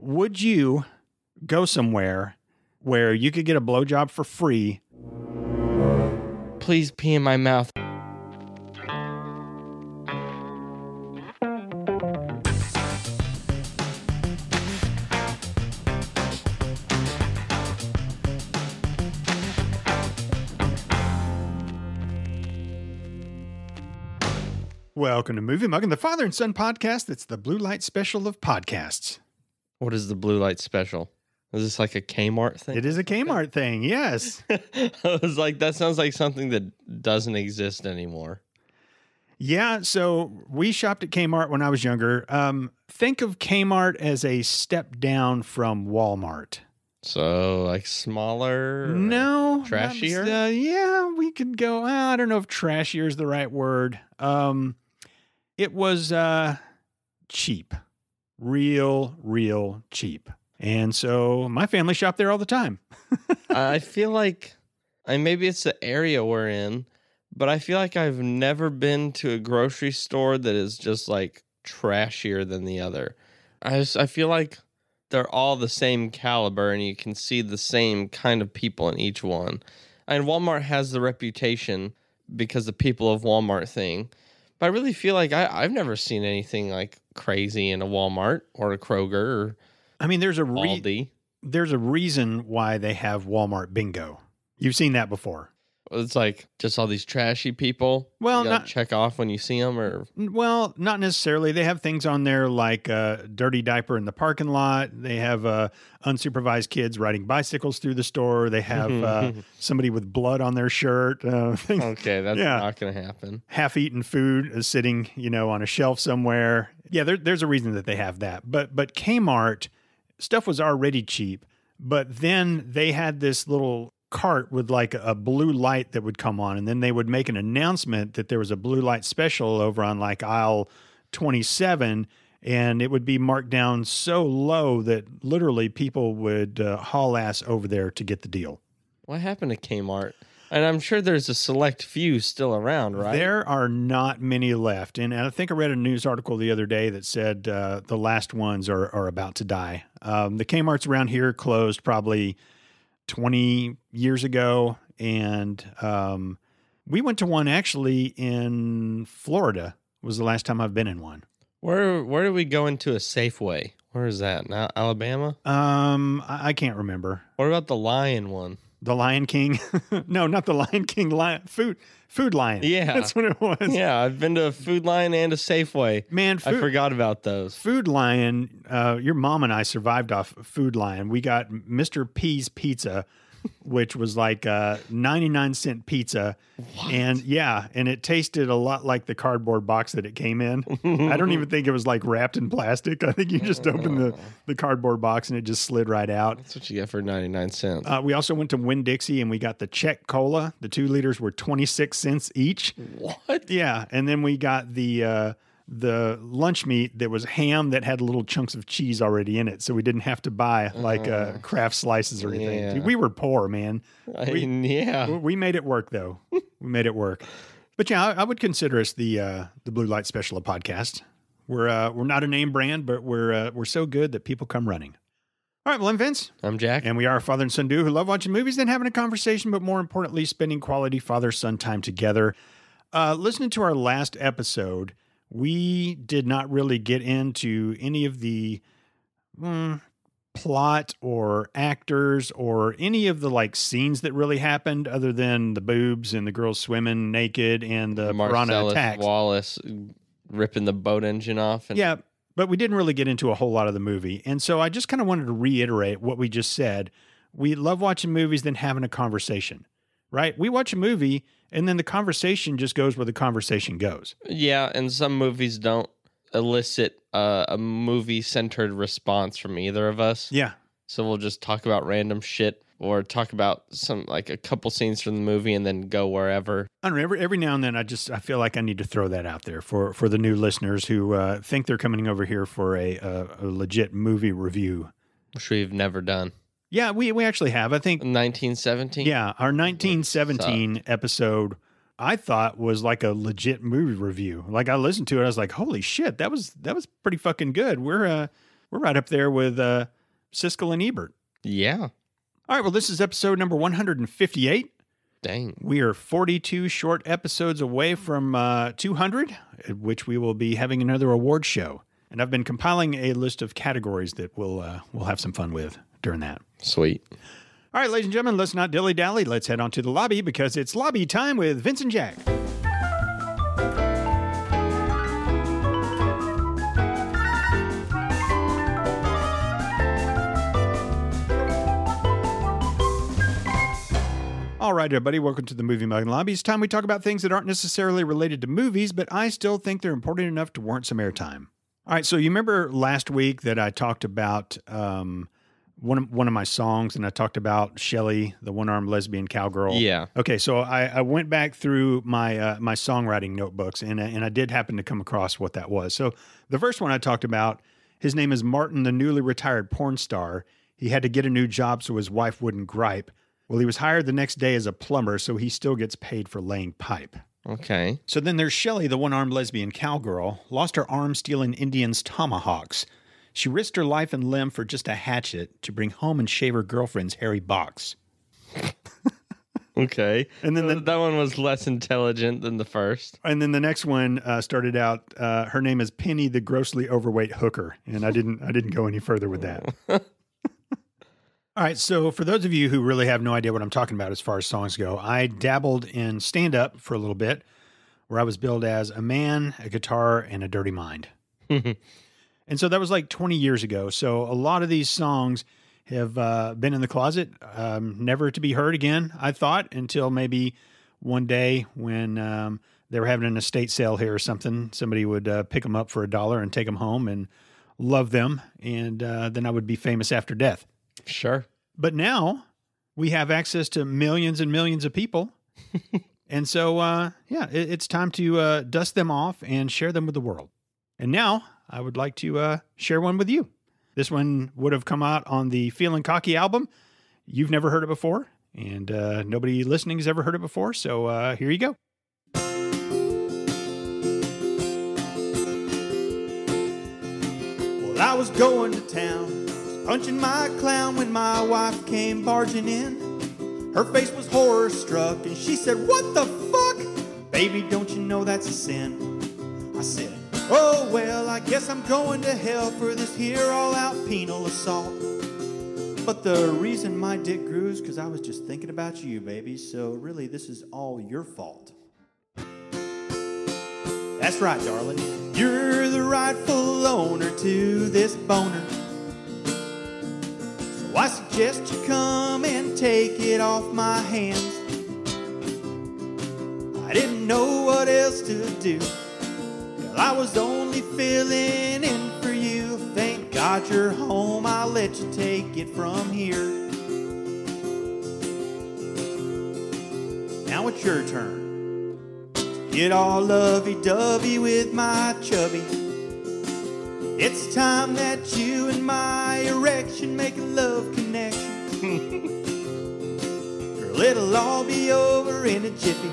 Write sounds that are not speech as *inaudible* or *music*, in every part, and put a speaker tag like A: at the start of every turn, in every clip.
A: Would you go somewhere where you could get a blowjob for free?
B: Please pee in my mouth.
A: Welcome to Movie Mugging, the Father and Son podcast. It's the blue light special of podcasts.
B: What is the blue light special? Is this like a Kmart thing?
A: It is a Kmart thing, yes.
B: *laughs* I was like, that sounds like something that doesn't exist anymore.
A: Yeah, so we shopped at Kmart when I was younger. Um, think of Kmart as a step down from Walmart.
B: So like smaller.
A: No, not-
B: Trashier?
A: uh, yeah, we could go. I don't know if trashier is the right word. Um, it was uh, cheap, real, real cheap, and so my family shopped there all the time.
B: I feel like, I maybe it's the area we're in, but I feel like I've never been to a grocery store that is just like trashier than the other. I just, I feel like they're all the same caliber, and you can see the same kind of people in each one. And Walmart has the reputation because the people of Walmart thing. But I really feel like I, I've never seen anything like crazy in a Walmart or a Kroger or
A: I mean, there's a re-
B: Aldi.
A: there's a reason why they have Walmart bingo. You've seen that before.
B: It's like just all these trashy people.
A: Well,
B: you gotta
A: not-
B: check off when you see them, or
A: *laughs* N- Well, not necessarily. They have things on there like uh, dirty diaper in the parking lot. They have uh, unsupervised kids riding bicycles through the store. They have uh, somebody with blood on their shirt. Uh, *laughs* things-
B: okay, that's
A: Yeah.
B: not gonna happen.
A: half-eaten food is sitting, you know, on a shelf somewhere. Yeah, there, there's a reason that they have that. But but Kmart stuff was already cheap, but then they had this little cart with like a blue light that would come on, and then they would make an announcement that there was a blue light special over on like aisle 27. And it would be marked down so low that literally people would uh, haul ass over there to get the deal.
B: What happened to Kmart? And I'm sure there's a select few still around, right?
A: There are not many left. And, and I think I read a news article the other day that said uh, the last ones are, are about to die. Um, the Kmart's around here closed probably 20 years ago. And um, we went to one actually in Florida, was the last time I've been in one.
B: Where where do we go into a Safeway? Where is that now? Alabama.
A: Um, I, I can't remember.
B: What about the Lion one?
A: The Lion King. *laughs* no, not the Lion King. Lion, food, food Lion. *laughs*
B: Yeah.
A: That's what it was.
B: yeah, I've been to a Food Lion and a Safeway.
A: Man,
B: I
A: food,
B: forgot about those.
A: Food Lion, uh, your mom and I survived off Food Lion. We got Mr. P's pizza, which was like a 99 cent pizza. And yeah, and it tasted a lot like the cardboard box that it came in. I don't even think it was like wrapped in plastic. I think you just opened the, the cardboard box and it just slid right out.
B: That's what you get for 99 cents.
A: Uh, we also went to Winn Dixie and we got the Czech cola. The two liters were 26 cents each.
B: what?
A: Yeah, and then we got the uh, the lunch meat that was ham that had little chunks of cheese already in it, so we didn't have to buy like uh, craft slices or anything.
B: yeah. Uh.
A: Dude, we were poor, man.
B: I mean, yeah.
A: We- We made it work though. we made it work. But yeah, I, I would consider us the uh, the Blue Light Special of podcast. We're uh, we're not a name brand, but we're uh, we're so good that people come running. All right, well, I'm Vince.
B: I'm Jack.
A: And we are a father and son duo who love watching movies and having a conversation, but more importantly, spending quality father son time together. Uh, listening to our last episode, we did not really get into any of the mm, plot or actors or any of the like scenes that really happened, other than the boobs and the girls swimming naked and the piranha
B: Marcellus
A: attacks.
B: Wallace ripping the boat engine off. And
A: Yeah, but we didn't really get into a whole lot of the movie. And so I just kind of wanted to reiterate what we just said. We love watching movies, then having a conversation, right? We watch a movie and then the conversation just goes where the conversation goes.
B: Yeah, and some movies don't elicit uh, a movie centered response from either of us.
A: Yeah.
B: So we'll just talk about random shit or talk about some like a couple scenes from the movie and then go wherever.
A: I don't know. Every, every now and then, I just I feel like I need to throw that out there for for the new listeners who uh, think they're coming over here for a, a, a legit movie review.
B: Which we've never done.
A: Yeah, we we actually have. I think
B: 1917?
A: Yeah, our 1917 episode I thought was like a legit movie review. Like I listened to it, I was like, "Holy shit, that was that was pretty fucking good." We're uh we're right up there with uh Siskel and Ebert.
B: Yeah.
A: All right, well, this is episode number 158.
B: Dang.
A: We are 42 short episodes away from uh, 200, at which we will be having another award show. And I've been compiling a list of categories that we'll, uh, we'll have some fun with during that.
B: Sweet.
A: All right, ladies and gentlemen, let's not dilly dally. Let's head on to the lobby because it's lobby time with Vince and Jack. All right, everybody, welcome to the Movie Mug and Lobby. It's time we talk about things that aren't necessarily related to movies, but I still think they're important enough to warrant some airtime. All right, so you remember last week that I talked about um, one of, one of my songs, and I talked about Shelly, the one-armed lesbian cowgirl.
B: Yeah.
A: Okay, so I, I went back through my uh, my songwriting notebooks, and I- and I did happen to come across what that was. So the first one I talked about, his name is Martin, the newly retired porn star. He had to get a new job so his wife wouldn't gripe. Well, he was hired the next day as a plumber, so he still gets paid for laying pipe.
B: Okay.
A: So then there's Shelley, the one armed lesbian cowgirl, lost her arm stealing Indians' tomahawks. She risked her life and limb for just a hatchet to bring home and shave her girlfriend's hairy box.
B: Okay.
A: And then
B: Th-
A: the-
B: that one was less intelligent than the first.
A: And then the next one uh, started out. Uh, her name is Penny, the grossly overweight hooker, and I didn't. I didn't go any further with that. *laughs* All right. So for those of you who really have no idea what I'm talking about as far as songs go, I dabbled in stand up for a little bit, where I was billed as a man, a guitar, and a dirty *laughs* mind. And so that was like 20 years ago. So a lot of these songs have uh, been in the closet, um, never to be heard again, I thought, until maybe one day when um, they were having an estate sale here or something. Somebody would uh, pick them up for a dollar and take them home and love them. And uh, then I would be famous after death.
B: sure.
A: But now we have access to millions and millions of people. and so, uh, yeah, it, it's time to uh, dust them off and share them with the world. And now I would like to uh, share one with you. This one would have come out on the Feeling Cocky album. You've never heard it before, and uh, nobody listening has ever heard it before. So uh, here you go.
C: Well, I was going to town, was punching my clown when my wife came barging in. Her face was horror struck and she said, What the fuck? Baby, don't you know that's a sin? I said, Oh, well, I guess I'm going to hell for this here all out penal assault. But the reason my dick grew is because I was just thinking about you, baby, so really this is all your fault. That's right, darling. You're the rightful owner to this boner. So I suggest you come and take it off my hands. I didn't know what else to do. Well, I was only filling in for you. Thank God you're home. I'll let you take it from here. Now it's your turn. Get all lovey dovey with my chubby. It's time that you and my erection make a love connection. *laughs* Girl, it'll all be over in a jiffy.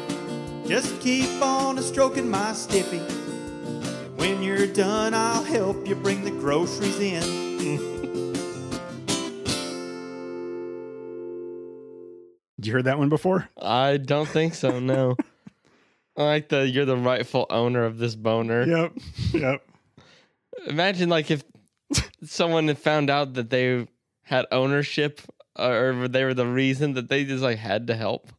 C: Just keep on a stroking my stiffy. And when you're done, I'll help you bring the groceries in.
A: Did you hear that one before?
B: I don't think so. No. I like the you're the rightful owner of this boner.
A: Yep. Yep. *laughs*
B: Imagine like if someone had found out that they had ownership uh, or they were the reason that they just like had to help.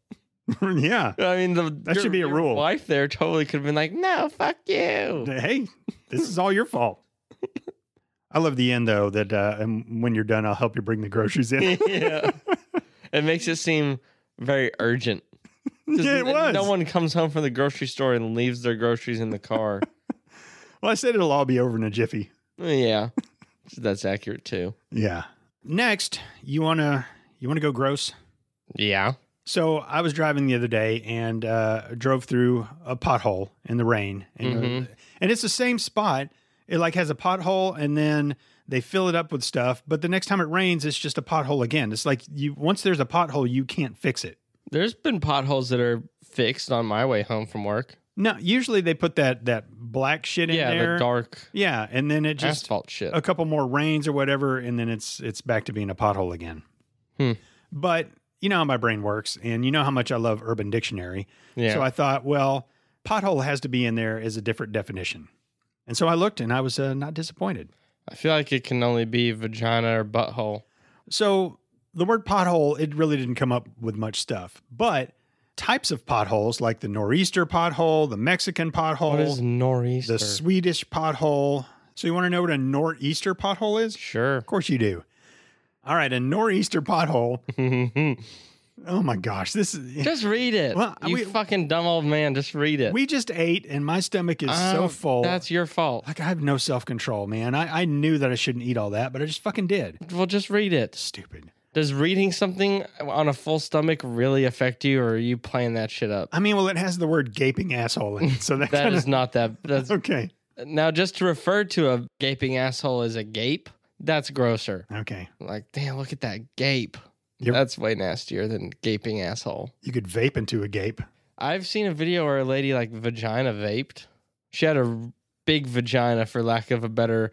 A: yeah.
B: I mean, the,
A: That should be a
B: your
A: rule.
B: Wife there totally could have been like, "No, fuck you."
A: hey, this is all your fault. I love the end though that uh, and when you're done, I'll help you bring the groceries
B: *laughs*
A: in.
B: *laughs* yeah, it makes it seem very urgent.
A: *laughs*
B: 'Cause
A: yeah, it
B: n-
A: was.
B: uh, No one comes home from the grocery store and leaves their groceries in the
A: *laughs*
B: car.
A: well, I said it'll all be over in a jiffy.
B: yeah, that's accurate too.
A: Yeah. Next, you wanna you wanna go gross?
B: Yeah.
A: So I was driving the other day and uh, drove through a pothole in the rain, and, uh,
B: Mhm.
A: and it's the same spot. It like has a pothole, and then they fill it up with stuff. But the next time it rains, it's just a pothole again. It's like you once there's a pothole, you can't fix it.
B: There's been potholes that are fixed on my way home from work.
A: No, usually they put that that black shit in
B: yeah,
A: there.
B: the dark
A: Yeah, and then it just
B: asphalt shit.
A: a couple more rains or whatever, and then it's it's back to being a pothole again.
B: Hmm.
A: But you know how my brain works, and you know how much I love Urban Dictionary.
B: yeah.
A: So I thought, well, pothole has to be in there as a different definition. And so I looked, and I was uh, not disappointed.
B: I feel like it can only be vagina or butthole.
A: So the word pothole, it really didn't come up with much stuff, but types of potholes like the nor'easter pothole, the Mexican pothole,
B: What is nor'easter?
A: the Swedish pothole. So you want to know what a nor'easter pothole is?
B: sure.
A: Of course you do. All right, a nor'easter
B: *laughs*
A: pothole.
B: just
A: Oh my gosh, this is.
B: read it.
A: Well,
B: you
A: we-
B: fucking dumb old man. Just read it.
A: We just ate, and my stomach is
B: Oh,
A: so full.
B: That's your fault.
A: like I have no self control, man. I, I knew that I shouldn't eat all that, but I just fucking did.
B: Well, just read it.
A: Stupid.
B: Does reading something on a full stomach really affect you, or are you playing that
A: *laughs*
B: shit up?
A: I mean, well, it has the word gaping asshole in it, *laughs* so that,
B: That
A: kinda,
B: is not that. That's
A: okay.
B: now just to refer to a gaping asshole as a gape. That's grosser.
A: Okay,
B: Like, damn, look at that gape.
A: Yep.
B: That's way nastier than gaping asshole.
A: you could vape into a gape.
B: I've seen a video where a lady like vagina vaped. She had a big vagina, for lack of a better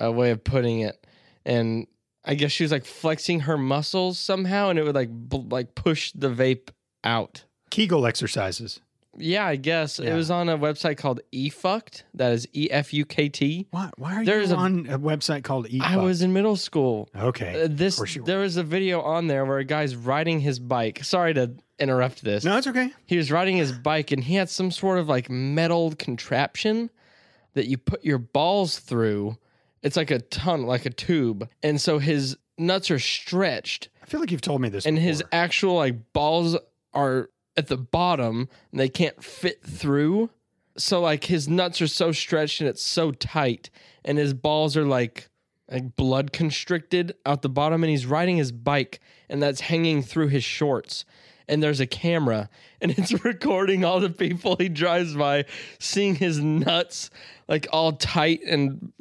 B: uh, way of putting it, and I guess she was like flexing her muscles somehow, and it would like bl- like push the vape out.
A: Kegel exercises.
B: Yeah, I guess it
A: Yeah.
B: was on a website called eFucked. That is E F U K T.
A: Why? Why are
B: There's
A: you
B: a-
A: on a website called Eat?
B: I
A: Fuck?
B: was in middle school. Uh,
A: okay.
B: this
A: course you were.
B: there was a video on there where a guy's riding his bike. Sorry to interrupt this.
A: No, it's okay.
B: he was riding his bike and he had some sort of like metal contraption that you put your balls through. It's like a tunnel, like a tube. And so his nuts are stretched
A: I feel like you've told me this.
B: and his
A: before.
B: actual like balls are at the bottom and they can't fit through. So like his nuts are so stretched and it's so tight and his balls are like like blood constricted out the bottom and he's riding his bike and that's hanging through his shorts and there's a camera and *laughs* it's recording all the people he drives by seeing his nuts like all tight and *laughs*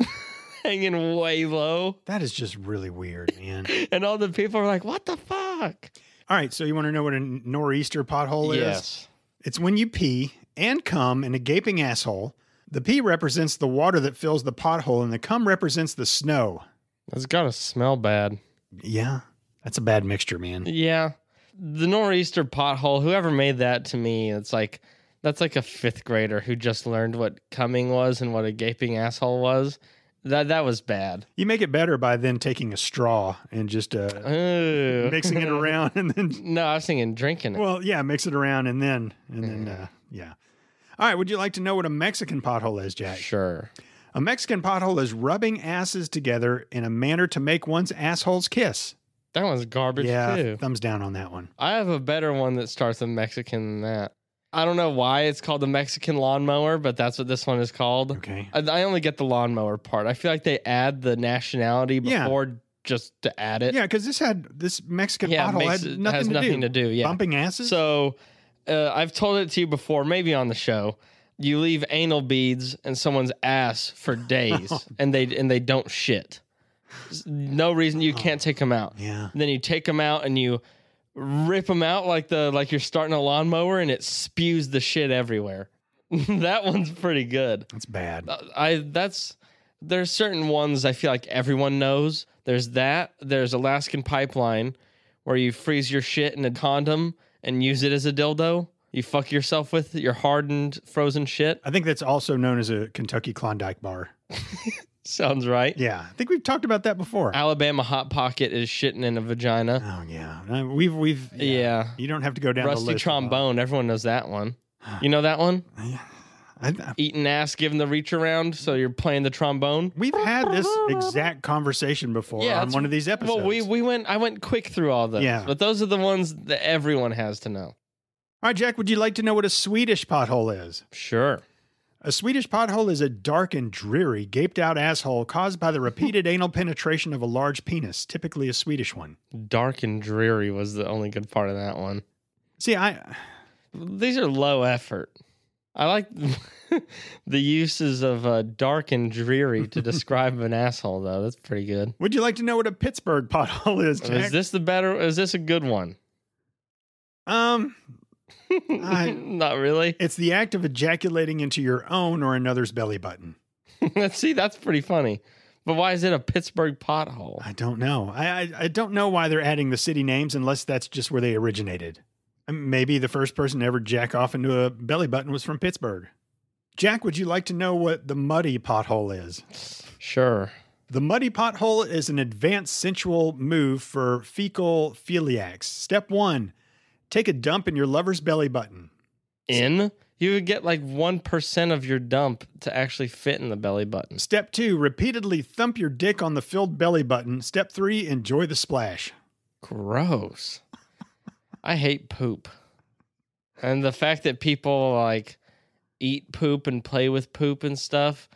B: hanging way low
A: that is just really weird, *laughs* man.
B: and all the people are like what the fuck
A: all right, so you want to know what a nor'easter pothole is? It's when you pee and cum in a gaping asshole. The pee represents the water that fills the pothole, and the cum represents the snow.
B: That's gotta smell bad.
A: Yeah, that's a bad mixture, man.
B: Yeah. The nor'easter pothole, whoever made that to me, it's like that's like a fifth grader who just learned what coming was and what a gaping asshole was. That that was bad.
A: You make it better by then taking a straw and just
B: *laughs*
A: uh,
B: Ooh. *laughs*
A: mixing it around, and then
B: no, I was thinking drinking it.
A: well, yeah, mix it around, and then and then
B: Mm-hmm.
A: uh, yeah. All right, would you like to know what a Mexican pothole is, Jack?
B: sure.
A: A Mexican pothole is rubbing asses together in a manner to make one's assholes kiss.
B: That one's garbage
A: yeah,
B: too.
A: thumbs down on that one.
B: I have a better one that starts with Mexican than that. I don't know why it's called the Mexican lawnmower, but that's what this one is called.
A: Okay.
B: I, I only get the lawnmower part. I feel like they add the nationality
A: Yeah.
B: before just to add it.
A: Yeah, because this had this Mexican
B: yeah,
A: pothole
B: makes-
A: had
B: it
A: nothing,
B: has
A: to,
B: nothing
A: do.
B: to do. Yeah.
A: Bumping asses.
B: So uh, I've told it to you before, maybe on the show. You leave anal beads in someone's ass
A: *laughs*
B: for days, and they and they don't shit. There's No reason you can't take them out.
A: yeah.
B: Then you take them out and you rip them out like the like you're starting a lawnmower, and it spews the shit everywhere. *laughs* that one's pretty good.
A: That's bad.
B: Uh, I that's there's certain ones I feel like everyone knows. There's that. There's Alaskan pipeline, where you freeze your shit in a condom and use it as a dildo. You fuck yourself with your hardened frozen shit. *laughs*
A: I think that's also known as a Kentucky Klondike bar.
B: Sounds right.
A: Yeah, I think we've talked about that before.
B: Alabama hot pocket is shitting in a vagina.
A: Oh yeah, Uh, we've we've
B: Yeah.
A: You don't have to go down the
B: Rusty
A: list.
B: trombone. Everyone knows that
A: *sighs*
B: one. You know that one?
A: I, I,
B: Eating ass, giving the reach around. So you're playing the trombone.
A: we've had
B: *laughs*
A: this exact conversation before
B: Yeah,
A: on
B: that's-
A: one of these episodes.
B: Well, we we went. I went quick through all those.
A: Yeah.
B: But those are the ones that everyone has to know.
A: All right, Jack. Would you like to know what a Swedish pothole is?
B: Sure.
A: A Swedish pothole is a dark and dreary, gaped out asshole caused by the
B: *laughs*
A: repeated anal penetration of a large penis, typically a Swedish one.
B: Dark and dreary was the only good part of that one.
A: See, I
B: These are low effort. I like *laughs* the uses of uh, dark and
A: *laughs*
B: dreary to describe an asshole, though. That's pretty good.
A: would you like to know what a Pittsburgh pothole is, Jack?
B: Is this the better? Is this a good one?
A: um, I-
B: *laughs* Not really.
A: It's the act of ejaculating into your own or another's belly button.
B: See, that's pretty funny. But why is it a Pittsburgh pothole?
A: I don't know. I, I, I don't know why they're adding the city names unless that's just where they originated. Maybe the first person to ever jack off into a belly button was from Pittsburgh. Jack, would you like to know what the muddy pothole is?
B: Sure.
A: The muddy pothole is an advanced sensual move for fecal philiacs. Step one take a dump in your lover's belly button.
B: In? You would get like 1% of your dump to actually fit in the belly button.
A: Step two repeatedly thump your dick on the filled belly button. Step three enjoy the splash.
B: Gross. I hate poop. And the fact that people like eat poop and play with poop and stuff,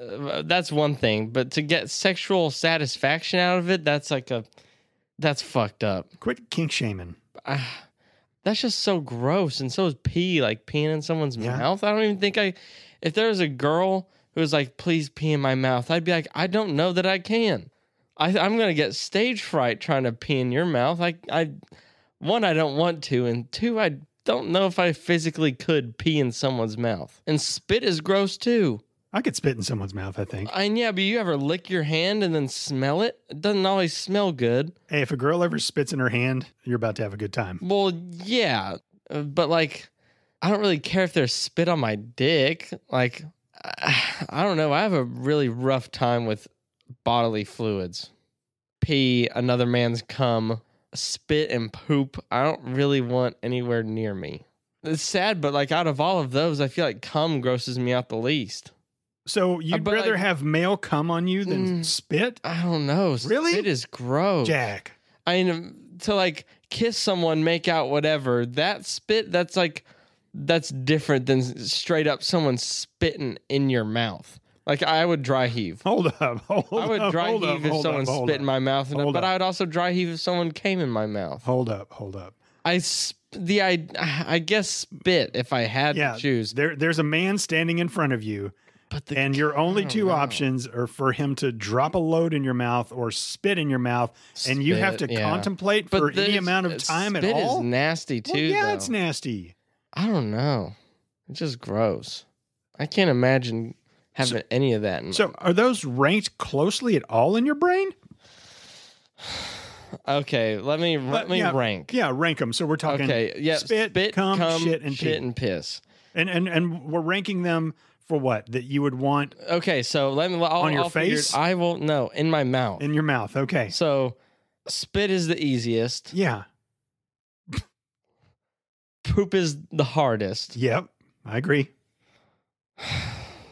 B: uh, that's one thing. But to get sexual satisfaction out of it, that's like a, that's fucked up.
A: Quit kink shaming.
B: Ah, that's just so gross. And so is pee, like peeing in someone's
A: Yeah.
B: mouth. I don't even think I, if there was a girl who was like, please pee in my mouth, I'd be like, I don't know that I can. I, I'm going to get stage fright trying to pee in your mouth. I, I, one, I don't want to. And two, I don't know if I physically could pee in someone's mouth. And spit is gross too.
A: I could spit in someone's mouth, I think.
B: And yeah, but you ever lick your hand and then smell it? It doesn't always smell good.
A: Hey, if a girl ever spits in her hand, you're about to have a good time.
B: Well, yeah, uh, but like, I don't really care if there's spit on my dick. Like, *sighs* I I don't know. I have a really rough time with bodily fluids. Pee, another man's cum, spit, and poop. I don't really want anywhere near me. It's sad, but like out of all of those, I feel like cum grosses me out the least.
A: So you'd
B: but
A: rather
B: like-
A: have male come on you than
B: Mm.
A: spit?
B: I don't know.
A: Really?
B: It is gross.
A: Jack.
B: I mean, to like kiss someone, make out, whatever. That spit, that's like, that's different than s- straight up someone spitting in your mouth. Like I would dry heave.
A: Hold up. *laughs* Hold
B: I would
A: up,
B: dry
A: hold up,
B: heave if
A: hold up,
B: someone
A: hold
B: spit in
A: up.
B: my mouth, and,
A: Hold
B: but
A: up.
B: I would also dry heave if someone came in my mouth.
A: Hold up. Hold up.
B: I s- the I I guess spit if I had
A: Yeah.
B: to choose.
A: There, there's a man standing in front of you,
B: But the
A: and
B: *laughs*
A: your only
B: don't
A: two
B: know.
A: options are for him to drop a load in your mouth or spit in your mouth, and you have to
B: Spit, yeah.
A: contemplate for any
B: this-
A: amount of time at
B: spit
A: all.
B: is nasty too.
A: well, yeah,
B: though.
A: it's nasty.
B: I don't know. It's just gross. I can't imagine having any of that. In my-
A: So, are those ranked closely at all in your brain?
B: okay, let me let
A: But,
B: me
A: yeah,
B: rank.
A: Yeah, rank them. So we're talking,
B: okay, yeah,
A: spit,
B: spit,
A: cum,
B: cum,
A: shit, and pee.
B: piss.
A: and and and we're ranking them for what that you would want
B: Okay, so let me. I'll,
A: On your
B: I'll figure it-
A: face?
B: I will no in my mouth.
A: in your mouth. Okay,
B: so, spit is the easiest.
A: yeah,
B: Poop is the hardest.
A: yep, I agree.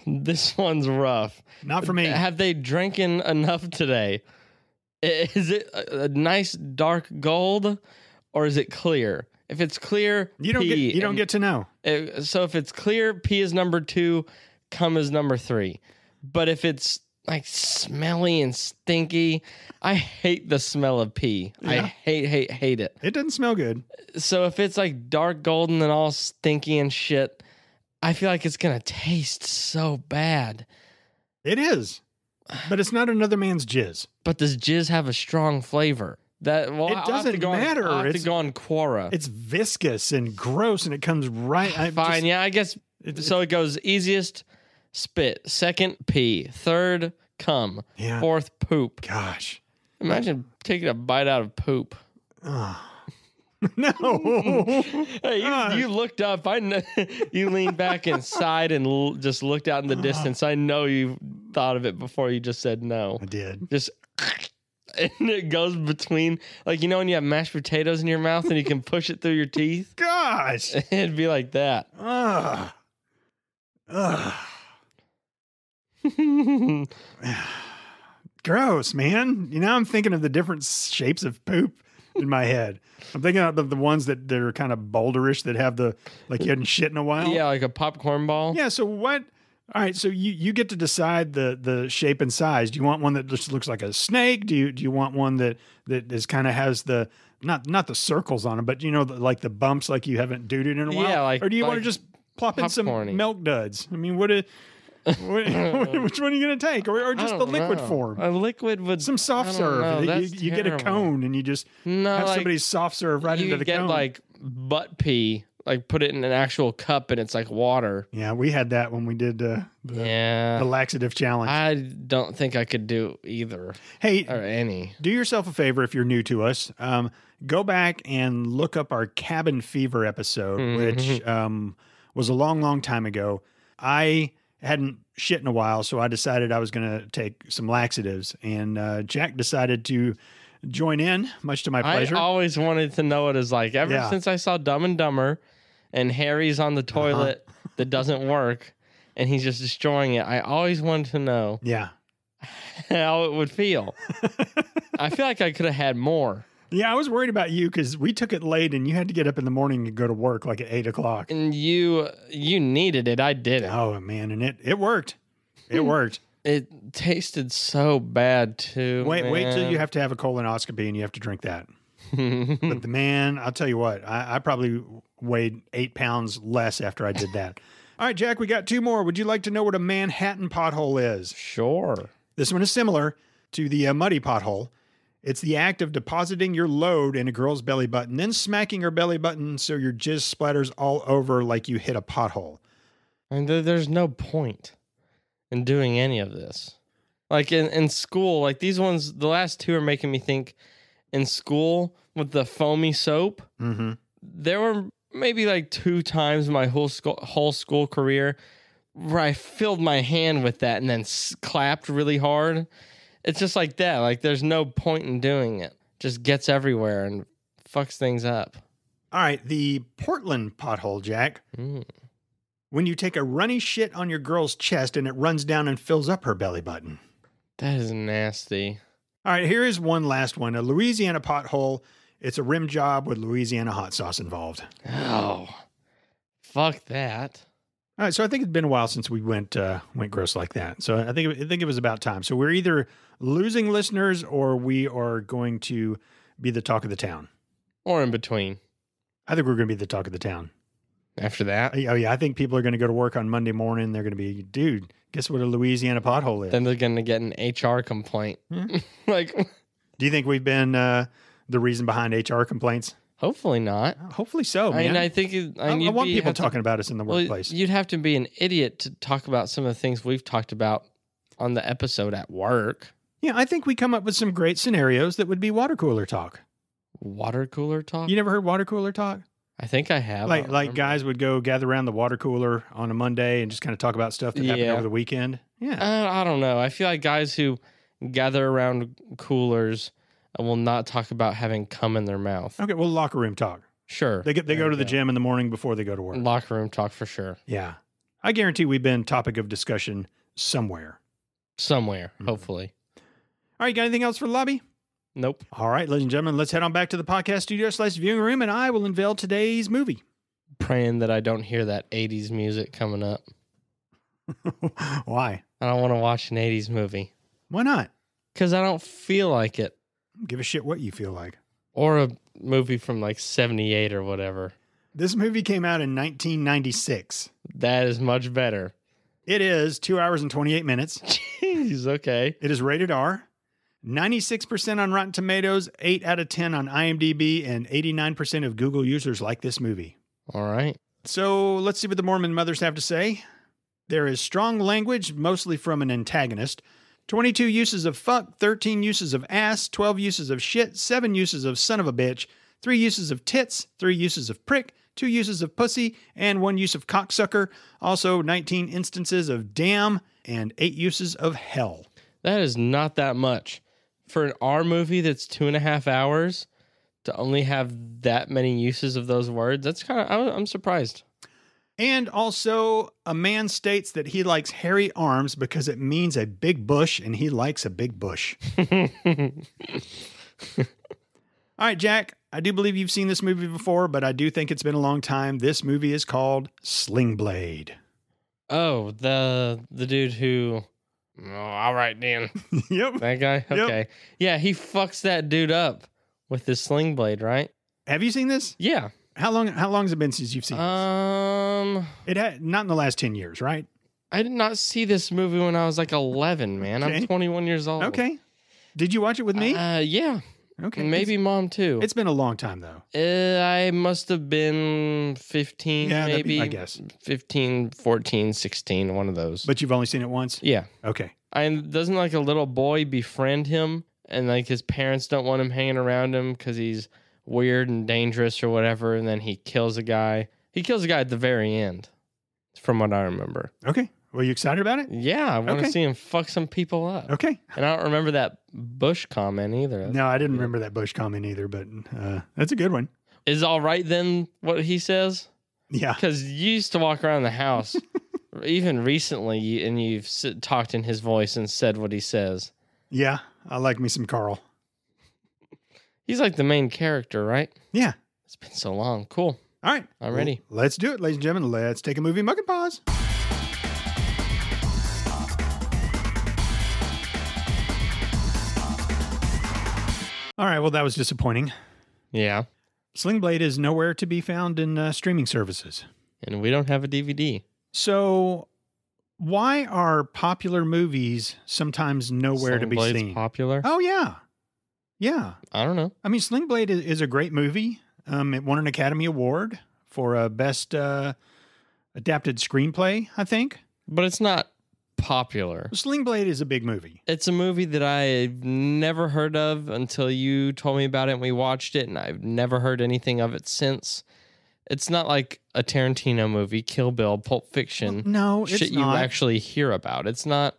B: This *laughs* one's rough.
A: Not for me.
B: Have they drinking enough today? I- Is it a a nice dark gold, or is it clear? If it's clear,
A: You don't get
B: pee,
A: you don't
B: and-
A: get to know.
B: Uh, so if it's clear, P is number two, cum is number three. But if it's like smelly and stinky, I hate the smell of pee. I
A: Yeah.
B: hate, hate, hate it.
A: It doesn't smell good.
B: So if it's like dark golden and all stinky and shit, I feel like it's gonna taste so bad.
A: It is, but it's not another man's jizz.
B: But does jizz have a strong flavor? That well,
A: It
B: I'll have to
A: doesn't
B: go on-
A: matter.
B: I'll have
A: It's-
B: to go on Quora.
A: It's viscous and gross, and it comes right. I
B: Fine,
A: Just,
B: yeah, I guess
A: it-
B: so it goes easiest spit, second pee, third cum,
A: Yeah.
B: fourth poop.
A: Gosh.
B: Imagine taking a bite out of poop. *laughs*
A: Ugh. *laughs* no.
B: Hey,
A: Ah.
B: you, you looked up. I know *laughs* you leaned back and sighed and l- just looked out in the distance. I know you thought of it before you just said no.
A: I did.
B: Just *laughs* and it goes between like you know when you have mashed potatoes in your mouth and you can push it through your teeth. *laughs*
A: Gosh.
B: It'd be like that. *laughs*
A: Ugh. Ugh. Gross, man. You know, I'm thinking of the different shapes of poop in my head. I'm thinking of the ones that, that are kind of boulderish that have the like you hadn't shit in a while.
B: yeah, like a popcorn ball.
A: Yeah. So what? All right. So you you get to decide the the shape and size. Do you want one that just looks like a snake? Do you do you want one that that is kind of has the not not the circles on them, but you know the, like the bumps like you haven't duded in a while?
B: Yeah, like-
A: or do you want to
B: like
A: just plop in
B: popcorn-y.
A: some milk duds? I mean, what? A, what *laughs* which one are you going to take, or, or
B: I
A: just the
B: don't
A: liquid
B: know.
A: form?
B: A liquid would
A: some soft
B: I don't
A: serve.
B: know,
A: that
B: that's
A: you, you get a
B: terrible.
A: cone and you just
B: no,
A: have
B: like,
A: somebody's soft serve right
B: you
A: into the
B: get
A: cone.
B: like butt pee like put it in an actual cup and it's like water.
A: Yeah, we had that when we did uh, the, the
B: Yeah.
A: laxative challenge.
B: I uh, don't think I could do either
A: hey,
B: or any.
A: do yourself a favor if you're new to us. Um, go back and look up our cabin fever episode,
B: Mm-hmm.
A: which um, was a long, long time ago. I hadn't shit in a while, so I decided I was going to take some laxatives, and uh, Jack decided to join in, much to my
B: I
A: pleasure.
B: always wanted to know what it's like. Ever
A: Yeah.
B: since I saw Dumb and Dumber and Harry's on the toilet that doesn't work and he's just destroying it, I always wanted to know *laughs*
A: yeah,
B: how it would feel.
A: *laughs*
B: I feel like I could have had more.
A: yeah. I was worried about you because we took it late, and you had to get up in the morning and go to work like at eight o'clock.
B: And you you needed it. I didn't.
A: Oh man, and it it worked. It worked.
B: It tasted so bad too.
A: Wait, wait till you
B: man.
A: have to have a colonoscopy and you have to drink that. But the man, I'll tell you what, I, I probably weighed eight pounds less after I did that. All right, Jack, we got two more. Would you like to know what a Manhattan pothole is?
B: sure.
A: This one is similar to the uh, muddy pothole. It's the act of depositing your load in a girl's belly button, then smacking her belly button so your jizz splatters all over like you hit a pothole.
B: And there, there's no point in doing any of this. Like in, in school, like these ones, the last two are making me think in school with the foamy soap,
A: Mm-hmm.
B: there were maybe like two times in my whole school, whole school career where I filled my hand with that and then s- clapped really hard. It's just like that. Like there's no point in doing it. Just gets everywhere and fucks things up.
A: All right, the Portland pothole, Jack.
B: Mm.
A: When you take a runny shit on your girl's chest and it runs down and fills up her belly button.
B: That is nasty.
A: All right, here is one last one a Louisiana pothole. It's a rim job with Louisiana hot sauce involved.
B: Oh, fuck that.
A: All right, so I think it's been a while since we went uh, went gross like that. So I think I think it was about time. So we're either losing listeners or we are going to be the talk of the town.
B: Or in between.
A: I think we're going to be the talk of the town.
B: After that,
A: Oh yeah, I think people are going to go to work on Monday morning. They're going to be, dude, guess what a Louisiana pothole is?
B: then they're gonna get an HR complaint.
A: Yeah.
B: *laughs* like,
A: Do you think we've been uh, the reason behind HR complaints?
B: hopefully not.
A: Hopefully so,
B: I
A: Oh, man.
B: mean, I think it,
A: I,
B: I,
A: I
B: you'd
A: want
B: be-
A: people
B: have to-
A: talking about us in the
B: well,
A: workplace.
B: You'd have to be an idiot to talk about some of the things we've talked about on the episode at work.
A: Yeah, I think we come up with some great scenarios that would be water cooler talk.
B: Water cooler talk.
A: You never heard water cooler talk?
B: I think I have. I
A: like
B: don't
A: like
B: remember.
A: guys would go gather around the water cooler on a Monday and just kind of talk about stuff that happened
B: Yeah.
A: over the weekend. Yeah.
B: Uh, I don't know. I feel like guys who gather around coolers will not talk about having cum in their mouth.
A: okay, well locker room talk.
B: Sure.
A: Oh. They get they
B: There
A: go
B: we
A: to the gym in the morning before they go to work.
B: Locker room talk for sure.
A: Yeah. I guarantee we've been topic of discussion somewhere.
B: Somewhere,
A: Mhm.
B: hopefully.
A: All right, you got anything else for the lobby?
B: Nope.
A: All right, ladies and gentlemen, let's head on back to the podcast studio slash viewing room and I will unveil today's movie. *laughs*
B: Praying that I don't hear that 80s music coming up.
A: Why?
B: I don't want to watch an 80s movie
A: Why not?
B: because I don't feel like it.
A: Give a shit what you feel like.
B: Or a movie from like 78 or whatever.
A: This movie came out in 1996.
B: That is much better. *laughs*
A: It is two hours and 28 minutes.
B: Jeez, okay.
A: It is rated R, 96% on Rotten Tomatoes, 8 out of 10 on IMDb, and 89% of Google users like this movie.
B: All right.
A: So let's see what the Mormon mothers have to say. There is strong language, mostly from an antagonist. 22 uses of fuck, 13 uses of ass, 12 uses of shit, 7 uses of son of a bitch, 3 uses of tits, 3 uses of prick, 2 uses of pussy, and 1 use of cocksucker. Also, 19 instances of damn, and 8 uses of hell.
B: That is not that much. For an R movie that's two and a half hours to only have that many uses of those words, that's kind of, I'm, I'm surprised.
A: And also, a man states that he likes hairy arms because it means a big bush and he likes a big
B: *laughs*
A: bush. All right, Jack, I do believe you've seen this movie before, but I do think it's been a long time. This movie is called Sling
B: *laughs*
A: Blade.
B: oh, the the dude who. Oh, all right, Dan.
A: yep.
B: That guy? Okay. Yeah, he fucks that dude up with his sling blade, right?
A: Have you seen this?
B: Yeah.
A: How long how long has it been since you've seen
B: Uh, Um,
A: this? It had not in the last 10 years, right?
B: I did not see this movie when I was like 11, man.
A: Okay.
B: I'm 21 years old.
A: Okay. Did you watch it with me?
B: Uh, yeah.
A: Okay.
B: Maybe mom too.
A: it's been a long time though.
B: Uh, I must have been 15,
A: Yeah, that'd
B: maybe.
A: be- I guess.
B: 15, 14, 16, one of those.
A: But you've only seen it once.
B: yeah.
A: Okay.
B: And doesn't like a little boy befriend him and like his parents don't want him hanging around him because he's weird and dangerous or whatever. And then he kills a guy. He kills a guy at the very end, from what I remember.
A: Okay. Were you excited about it?
B: Yeah, I want to
A: Okay.
B: see him fuck some people up.
A: Okay.
B: And I don't remember that Bush comment either.
A: No, I didn't remember that Bush comment either, but uh, that's a good one.
B: Is all right then what he says?
A: Yeah.
B: Because you used to walk around the house,
A: *laughs*
B: even recently, you- and you've s- talked in his voice and said what he says.
A: Yeah. I like me some Carl.
B: He's like the main character, right?
A: Yeah.
B: It's been so long. Cool.
A: All right.
B: I'm ready.
A: Let's do it, ladies and gentlemen. Let's take a movie mug and pause. All right. Well, that was disappointing.
B: Yeah.
A: Sling Blade is nowhere to be found in uh, streaming services.
B: And we don't have a DVD.
A: So, why are popular movies sometimes nowhere to
B: Sling
A: be
B: Blade's
A: seen?
B: popular.
A: Oh, yeah. Yeah.
B: I don't know.
A: I mean, Sling Blade is, is a great movie. Um, it won an Academy Award for uh, best uh, adapted screenplay, I think.
B: But it's not popular.
A: Sling Blade is a big movie.
B: It's a movie that I've never heard of until you told me about it and we watched it, and I've never heard anything of it since. It's not like a Tarantino movie, Kill Bill, Pulp Fiction.
A: No, it's
B: shit
A: not.
B: you actually hear about. It's not.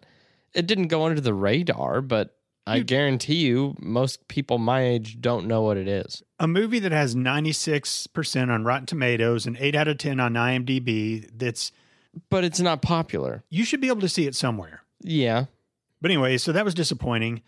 B: It didn't go under the radar, but I
A: You-
B: guarantee you, most people my age don't know what it is.
A: a movie that has 96% on Rotten Tomatoes and 8 out of 10 on IMDb that's
B: But it's not popular.
A: you should be able to see it somewhere.
B: Yeah,
A: But anyway, so that was disappointing.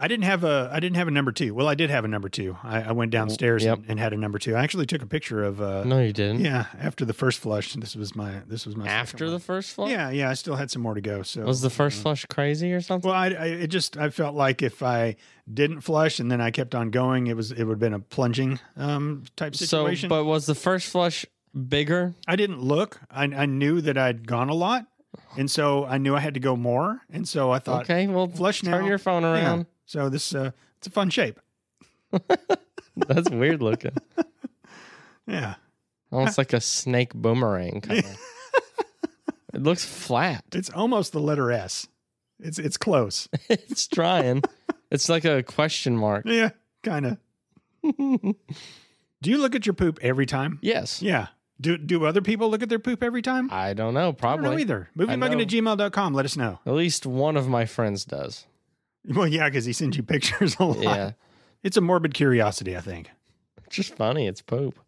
A: I didn't have a I didn't have a number two. Well, I did have a number two. I, I went downstairs
B: Yep.
A: and, and had a number two. I actually took a picture of uh,
B: no, you didn't.
A: yeah after the first flush. This was my this was my second
B: After
A: one.
B: the first flush,
A: Yeah, yeah. I still had some more to go. So
B: was the first flush crazy or something?
A: Well, I, I it just I felt like if I didn't flush and then I kept on going, it was it would have been a plunging um type
B: so,
A: situation.
B: but was the first flush bigger?
A: I didn't look. I I knew that I'd gone a lot, and so I knew I had to go more. And so I thought,
B: okay, well,
A: flush
B: turn
A: now.
B: your phone
A: yeah, *laughs*
B: around.
A: So this uh, it's a fun shape.
B: That's weird *laughs* looking,
A: Yeah.
B: almost like a snake boomerang. Kind of. *laughs* it looks flat. *laughs*
A: It's almost the letter S. It's it's close.
B: it's trying. it's like a question mark.
A: yeah, kind
B: *laughs*
A: of. Do you look at your poop every time?
B: yes.
A: Yeah. Do do other people look at their poop every time?
B: I don't know.
A: I don't know
B: Probably.
A: either. Moviemugging at gmail.com. Let us know. *laughs*
B: At least one of my friends does.
A: Well, yeah, because he sends you pictures a lot.
B: Yeah.
A: It's a morbid curiosity, I think.
B: It's just funny. It's poop.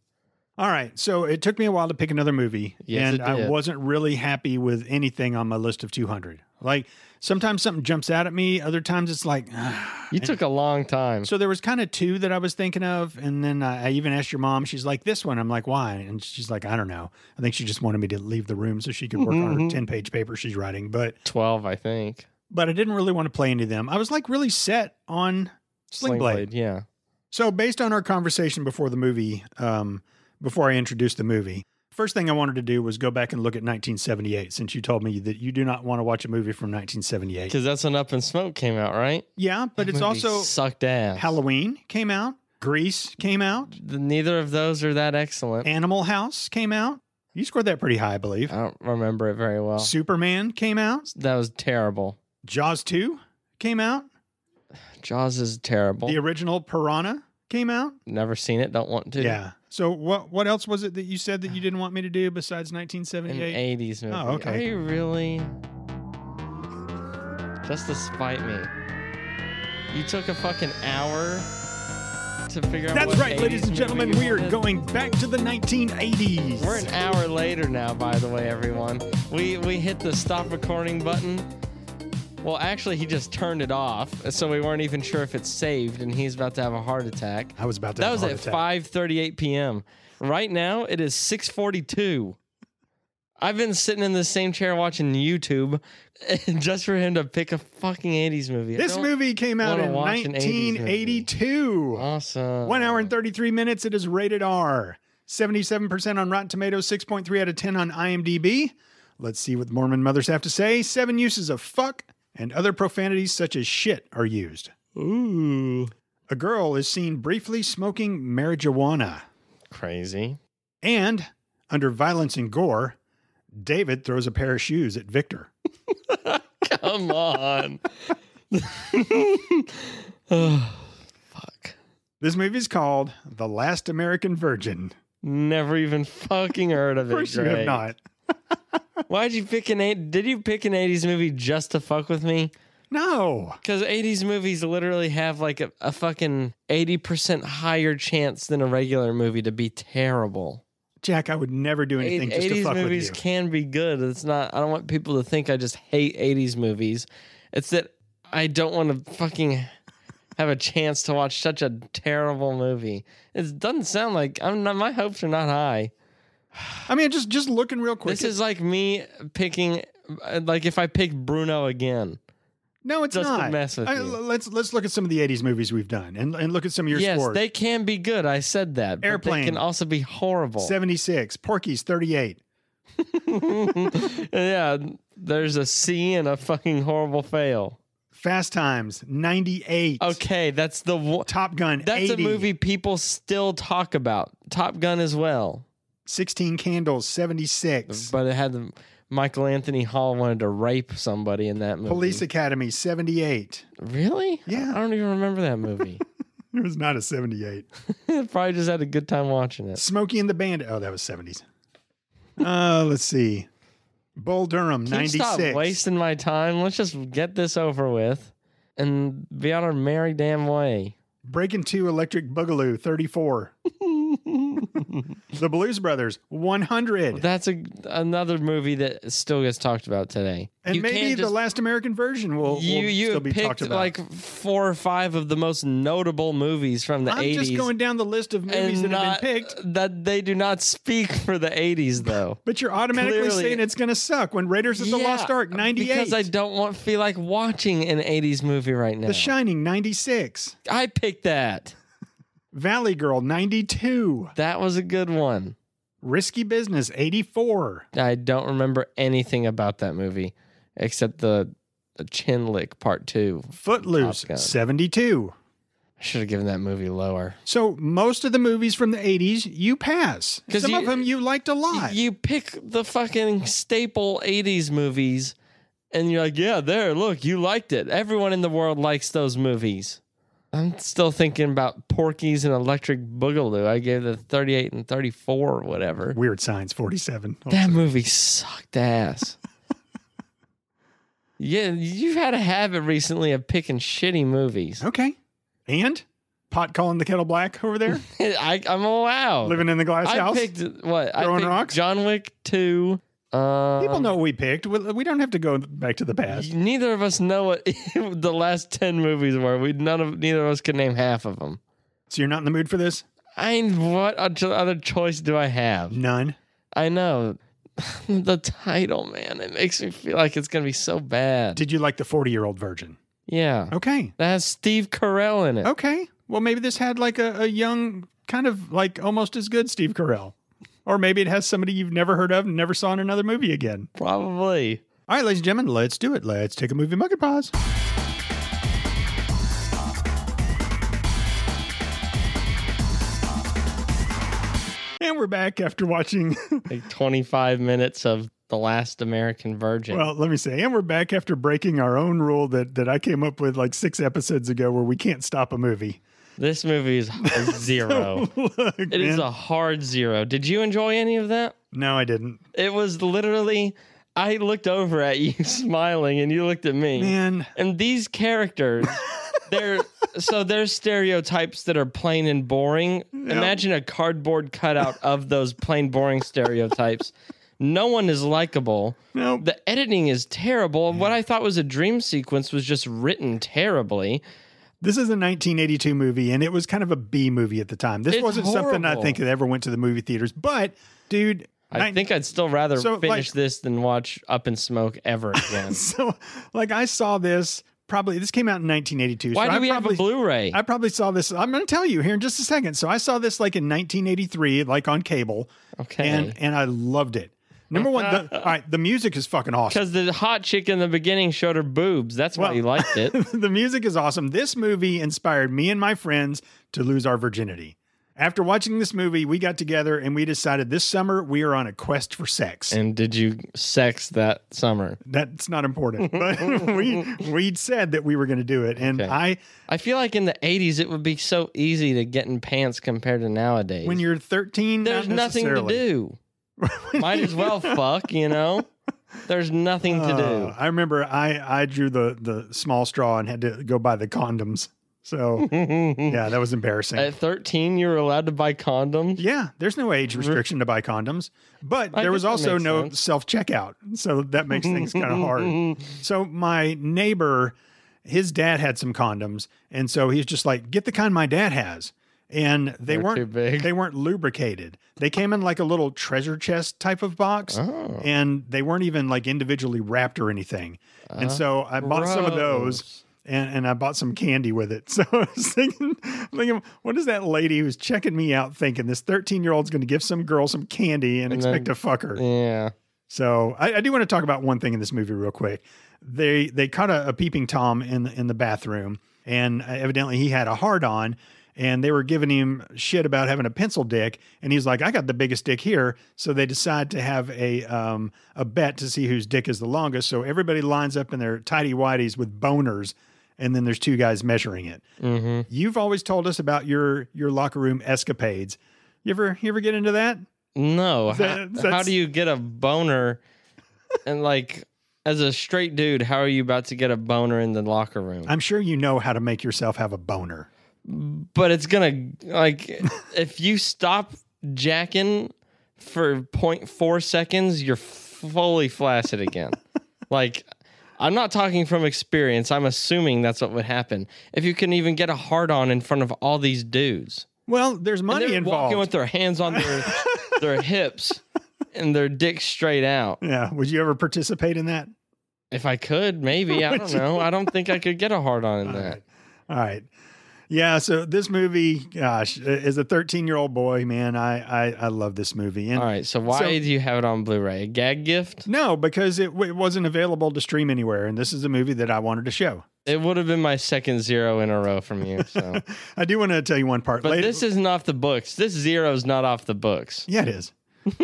A: All right. So it took me a while to pick another movie.
B: Yes,
A: and
B: it
A: I
B: did.
A: wasn't really happy with anything on my list of 200. Like sometimes something jumps out at me, other times it's like, ah.
B: You
A: And
B: took a long time.
A: So there was kind of two that I was thinking of, and then I, I even asked your mom. She's like, "This one." I'm like, "Why?" And she's like, "I don't know. I think she just wanted me to leave the room so she could work on her
B: Mhm.
A: 10 page paper she's writing." But
B: 12, I think.
A: but I didn't really want to play any of them. I was like really set on Sling, Blade.
B: Yeah.
A: So based on our conversation before the movie, um, before I introduced the movie, first thing I wanted to do was go back and look at 1978, since you told me that you do not want to watch a movie from 1978.
B: Because that's when Up in Smoke came out, right?
A: Yeah, but
B: That
A: it's
B: movie
A: also
B: sucked ass.
A: Halloween came out, Grease came out,
B: The- Neither of those are that excellent.
A: Animal House came out. You scored that pretty high, I believe.
B: I don't remember it very Uh, well.
A: Superman came out.
B: That was terrible.
A: Jaws 2 came out.
B: Jaws is terrible.
A: The original Piranha came out.
B: Never seen it. Don't want to.
A: Yeah. So what what else was it that you said
B: *sighs*
A: that you didn't want me to do besides
B: An
A: 1978?
B: 80s movie.
A: Oh, okay.
B: Are you really? Just to spite me. You took a fucking hour to figure out
A: That's
B: what
A: right, ladies
B: 80s
A: and gentlemen,
B: movie
A: we are
B: it is.
A: going back to the 1980s.
B: We're an hour later now, by the way, everyone. We we hit the stop recording button. Well, actually, he just turned it off, so we weren't even sure if it's saved, and he's about to have a heart attack.
A: I was about to.
B: That
A: have
B: was
A: a heart
B: at
A: attack.
B: 5:38 p.m. Right now, it is 6:42. I've been sitting in the same chair watching YouTube *laughs* just for him to pick a fucking 80s movie. I
A: This
B: don't-
A: movie came out
B: wanna
A: in
B: watch an 80s movie.
A: 1982.
B: awesome.
A: One hour and 33 minutes. It is rated R. 77% on Rotten Tomatoes, 6.3 out of 10 on IMDb. Let's see what the Mormon mothers have to say. Seven uses of fuck and other profanities such as shit are used.
B: Ooh.
A: a girl is seen briefly smoking marijuana.
B: Crazy.
A: And under violence and gore, David throws a pair of shoes at Victor. *laughs*
B: Come on. *sighs* oh, fuck.
A: This movie's called The Last American Virgin.
B: Never even fucking heard of it.
A: Of course, you
B: Greg.
A: have not.
B: Why'd you pick an eight? Did you pick an '80s movie just to fuck with me?
A: No.
B: Because '80s movies literally have like a, a fucking eighty percent higher chance than a regular movie to be terrible.
A: Jack, I would never do anything just to fuck with
B: movies
A: you.
B: can be good. It's not. I don't want people to think I just hate '80s movies. It's that I don't want to fucking have a chance to watch such a terrible movie. It doesn't sound like I'm not. My hopes are not high.
A: I mean, just just looking real quick.
B: This is like me picking, like if I pick Bruno again.
A: no, it's
B: just to
A: not.
B: mess with
A: I-
B: you.
A: l- let's let's look at some of the '80s movies we've done, and and look at some of your
B: yes,
A: scores.
B: they can be good. I said that. but
A: Airplane.
B: they can also be horrible.
A: 76, Porky's 38.
B: *laughs* yeah, there's a C and a fucking horrible fail.
A: Fast Times 98.
B: Okay, that's the one.
A: Top Gun
B: That's
A: 80.
B: a movie people still talk about. Top Gun as well,
A: 16 Candles 76.
B: but it had the, Michael Anthony Hall wanted to rape somebody in that movie.
A: Police Academy 78.
B: Really?
A: Yeah.
B: I don't even remember that movie.
A: *laughs*
B: *laughs*
A: It was not a 78.
B: Probably just had a good time watching it.
A: Smokey and the Bandit. Oh, that was 70s. Uh, let's see. Bull Durham
B: Can you stop
A: 96.
B: wasting my time. Let's just get this over with and be on our merry damn way.
A: Breaking 2 Electric Boogaloo 34. the Blues Brothers 100.
B: That's a another movie that still gets talked about today.
A: and
B: You can't
A: maybe the
B: just-
A: last American version will, will
B: you you
A: still
B: have
A: be talked
B: picked
A: about.
B: like four or five of the most notable movies from the
A: I'm
B: 80s.
A: just going down the list of movies that
B: and
A: have been picked,
B: That they do not speak for the 80s though.
A: but you're automatically
B: clearly-
A: saying it's going to suck when Raiders of the
B: Yeah,
A: Lost Ark 98.
B: Because I don't want feel like watching an 80s movie right now.
A: The Shining 96.
B: I picked that.
A: Valley Girl 92.
B: That was a good one.
A: Risky Business 84.
B: I don't remember anything about that movie except the the chin lick part 2.
A: Footloose
B: Top Gun.
A: 72.
B: I should have given that movie lower.
A: So most of the movies from the 80s you pass.
B: 'Cause
A: Some
B: you-
A: of them you liked a lot.
B: You pick the fucking staple 80s movies and you're like, yeah, there, look, you liked it. Everyone in the world likes those movies. I'm still thinking about Porky's and Electric Boogaloo. I gave the 38 and 34 or whatever.
A: Weird Science 47.
B: *laughs* That movie
A: *laughs*
B: sucked ass. yeah, you've had a habit recently of picking shitty movies.
A: Okay. And pot calling the kettle black over
B: *laughs*
A: there,
B: *laughs* I, I'm allowed.
A: living in the glass
B: I
A: house.
B: picked what? I
A: Throwing
B: picked
A: rocks?
B: John Wick 2. Um,
A: People know what we picked. We we don't have to go back to the past.
B: Neither of us know what *laughs* the last ten movies were. We none of neither of us could name half of them.
A: So you're not in the mood for this?
B: I what other other choice do I have?
A: None.
B: I know *laughs* the title, man. It makes me feel like it's gonna be so bad.
A: Did you like the 40 year old virgin?
B: Yeah,
A: Okay.
B: that has Steve Carell in it.
A: Okay. Well, maybe this had like a, a young, kind of like almost as good Steve Carell. Or maybe it has somebody you've never heard of and never saw in another movie again.
B: Probably.
A: All right, ladies and gentlemen, let's do it. Let's take a movie mug and pause. And we're back after watching. *laughs*
B: Like twenty five minutes of The Last American Virgin.
A: Well, let me say, and we're back after breaking our own rule that that I came up with like six episodes ago, where we can't stop a movie. *laughs*
B: this movie is a zero.
A: Look,
B: It is
A: man.
B: a hard zero. Did you enjoy any of that?
A: no, I didn't.
B: It was literally, I looked over at you *laughs* smiling and you looked at me.
A: Man,
B: And these
A: *laughs*
B: characters, they're so they're stereotypes that are plain and boring. Imagine a cardboard cutout of those plain, boring stereotypes. No one is likable.
A: no.
B: The editing is terrible. What I thought was a dream sequence was just written terribly.
A: This is a 1982 movie, and it was kind of a B movie at the time. This
B: It's
A: wasn't something I
B: horrible.
A: think that ever went to the movie theaters. But, dude,
B: I
A: nine-
B: think I'd still rather
A: So, like-
B: finish this than watch Up in Smoke
A: *laughs*
B: ever again.
A: so like I saw this probably. This came out in 1982.
B: Why
A: so
B: do
A: I
B: we
A: probably,
B: have a Blu-ray?
A: I probably saw this. I'm going to tell you here in just a second. So I saw this like in 1983, like on cable,
B: okay.
A: and and I loved it. Number one,
B: *laughs*
A: the, all right, the music is fucking awesome.
B: Because the hot chick in the beginning showed her boobs. That's why
A: Well-
B: you
A: *laughs*
B: liked it.
A: the music is awesome. This movie inspired me and my friends to lose our virginity. After watching this movie, we got together and we decided this summer we are on a quest for sex.
B: and did you sex that summer?
A: That's not
B: *laughs*
A: important, but *laughs* we we'd said that we were going to do it, and
B: Okay.
A: I
B: I feel like in the 80s it would be so easy to get in pants compared to nowadays.
A: when you're 13,
B: there's
A: not
B: nothing to
A: necessarily. *laughs*
B: do. Might as well fuck, you know? There's nothing to
A: Uh, I remember I I drew the the small straw and had to go buy the condoms. So
B: do.
A: yeah, that was embarrassing.
B: At 13, you were allowed to buy condoms.
A: yeah, there's no age restriction to buy condoms, but
B: I
A: there was
B: guess
A: also
B: that makes
A: no
B: sense.
A: self checkout, so that makes things kind of hard.
B: *laughs*
A: So my neighbor, his dad had some condoms, and so he's just like, get the kind my dad has, and they
B: They're
A: weren't
B: too big.
A: they weren't lubricated. They came in like a little treasure chest type of box.
B: Oh.
A: And they weren't even like individually wrapped or anything. and so I bought some of those
B: gross.
A: and, and I bought some candy with it. *laughs* So I was thinking, thinking, what is that lady who's checking me out thinking this 13 year old's going to give some girl some candy and,
B: And
A: expect to
B: then-
A: fuck her?
B: Yeah.
A: So I, I do want to talk about one thing in this movie real quick. They they caught a, a peeping tom in the, in the bathroom, and uh, evidently he had a hard on, and they were giving him shit about having a pencil dick, and he's like, "I got the biggest dick here." So they decide to have a um, a bet to see whose dick is the longest. So everybody lines up in their tidy whities with boners, and then there's two guys measuring it.
B: Mm-hmm.
A: You've always told us about your your locker room escapades. You ever you ever get into that?
B: No.
A: That-
B: how- how,
A: that's-
B: do you get a boner? and like, as a straight dude, how are you about to get a boner in the locker room?
A: I'm sure you know how to make yourself have a boner.
B: but it's gonna like if you stop jacking for 0.4 seconds you're fully flaccid
A: *laughs*
B: again like i'm not talking from experience i'm assuming that's what would happen if you can even get a hard on in front of all these dudes
A: Well, there's
B: And
A: money
B: they're
A: involved.
B: walking with their hands
A: *laughs*
B: on their their hips and their dick straight out
A: yeah. Would you ever participate in that?
B: if i could maybe i don't know i don't think i could get a hard on in that
A: All right. Yeah. So this movie, gosh, as a 13 year old boy, man, I, I I love this movie. And
B: all right so why
A: So-
B: do you have it on blu-ray a gag gift
A: no, because it, w- it wasn't available to stream anywhere, and this is a movie that I wanted to show.
B: It would have been my second zero in a row from you.
A: *laughs*
B: So,
A: I do want to tell you one part.
B: but this isn't off the books. This zero is not off the books. Hmm,
A: yeah, it
B: *laughs*
A: is.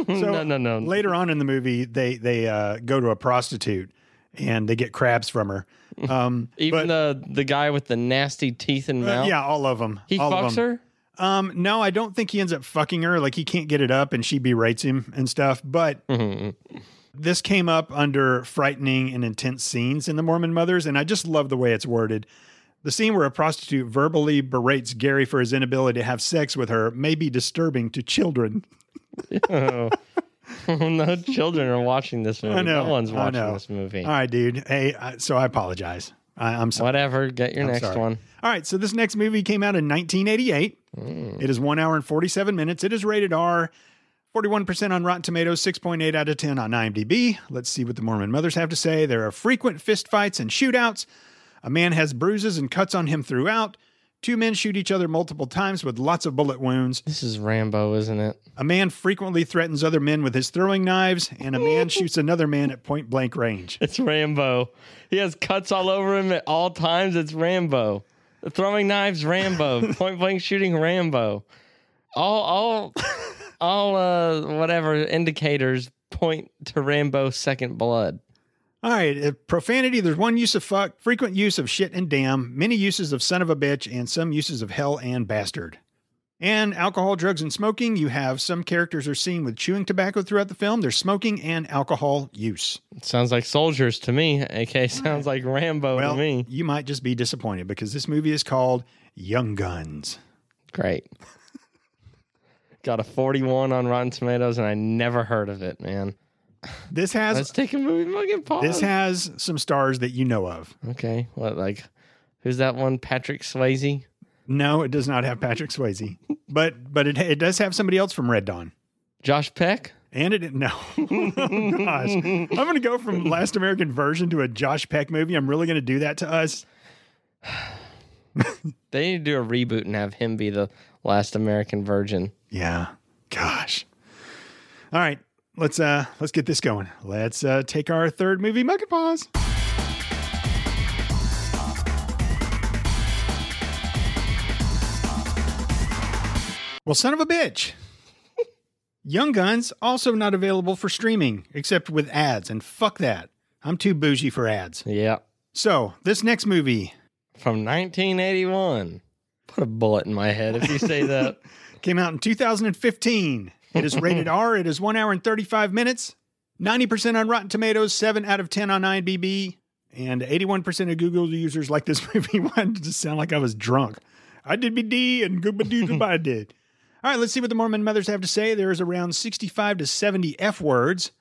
B: no, no, no.
A: Later on in the movie, they they uh, go to a prostitute and they get crabs from her. Um,
B: Even the the guy with the nasty teeth and
A: but-
B: mouth.
A: Uh, yeah, all of them.
B: he
A: all of
B: fucks
A: 'em.
B: her.
A: Um, no, I don't think he ends up fucking her. Like he can't get it up, and she berates him and stuff. But
B: Mhm.
A: This came up under frightening and intense scenes in the Mormon Mothers, and I just love the way it's worded. The scene where a prostitute verbally berates Gary for his inability to have sex with her may be disturbing to children.
B: Oh. *laughs* no children are watching this movie.
A: I know,
B: no one's
A: I
B: watching
A: know.
B: this movie.
A: All right, dude. Hey, I, so I apologize. I, I'm sorry.
B: Whatever. Get your
A: I'm
B: next
A: sorry.
B: one.
A: All right, so this next movie came out in 1988. It is one hour and 47 minutes. It is rated R, 41% on Rotten Tomatoes, 6.8 out of 10 on IMDb. Let's see what the Mormon mothers have to say. There are frequent fistfights and shootouts. A man has bruises and cuts on him throughout. Two men shoot each other multiple times with lots of bullet wounds.
B: This is Rambo, isn't it?
A: A man frequently threatens other men with his throwing knives, and a man shoots another man at point blank range.
B: *laughs* It's Rambo. He has cuts all over him at all times. It's Rambo. The throwing
A: *laughs*
B: knives, Rambo. Point blank shooting, Rambo. All, all, all, uh, whatever indicators point to Rambo Second Blood.
A: All right, uh, profanity. There's one use of fuck, frequent use of shit and damn, many uses of son of a bitch, and some uses of hell and bastard. And alcohol, drugs, and smoking. You have some characters are seen with chewing tobacco throughout the film. There's smoking and alcohol use.
B: Sounds like soldiers to me. Okay, sounds like Rambo
A: Well,
B: to me.
A: you might just be disappointed because this movie is called Young Guns.
B: Great. *laughs* Got a 41 on Rotten Tomatoes, and I never heard of it, man.
A: This has
B: Let's take a movie fucking pause.
A: this has some stars that you know of.
B: okay, what like, who's that one? Patrick Swayze.
A: No, it does not have Patrick Swayze, but but it it does have somebody else from Red Dawn.
B: Josh Peck.
A: And it no. *laughs* oh, gosh. I'm going to go from Last American Version to a Josh Peck movie. I'm really going to do that to us.
B: They need to do a reboot and have him be the last American virgin.
A: Yeah. Gosh. All right. let's uh let's get this going. Let's uh take our third movie Mucket Paws. Well, son of a bitch. *laughs* Young Guns also not available for streaming except with ads and fuck that. I'm too bougie for ads.
B: Yeah.
A: So, this next movie
B: From 1981. Put a bullet in my head if you say
A: *laughs*
B: that.
A: Came out in 2015. It is rated R. It is one hour and 35 minutes. 90% on Rotten Tomatoes, 7 out of 10 on IMDb. And 81% of Google users like this *laughs* movie. Why did it just sound like I was drunk? I did be D and good doo I did. All right, let's see what the Mormon mothers have to say. There is around 65 to 70 F words.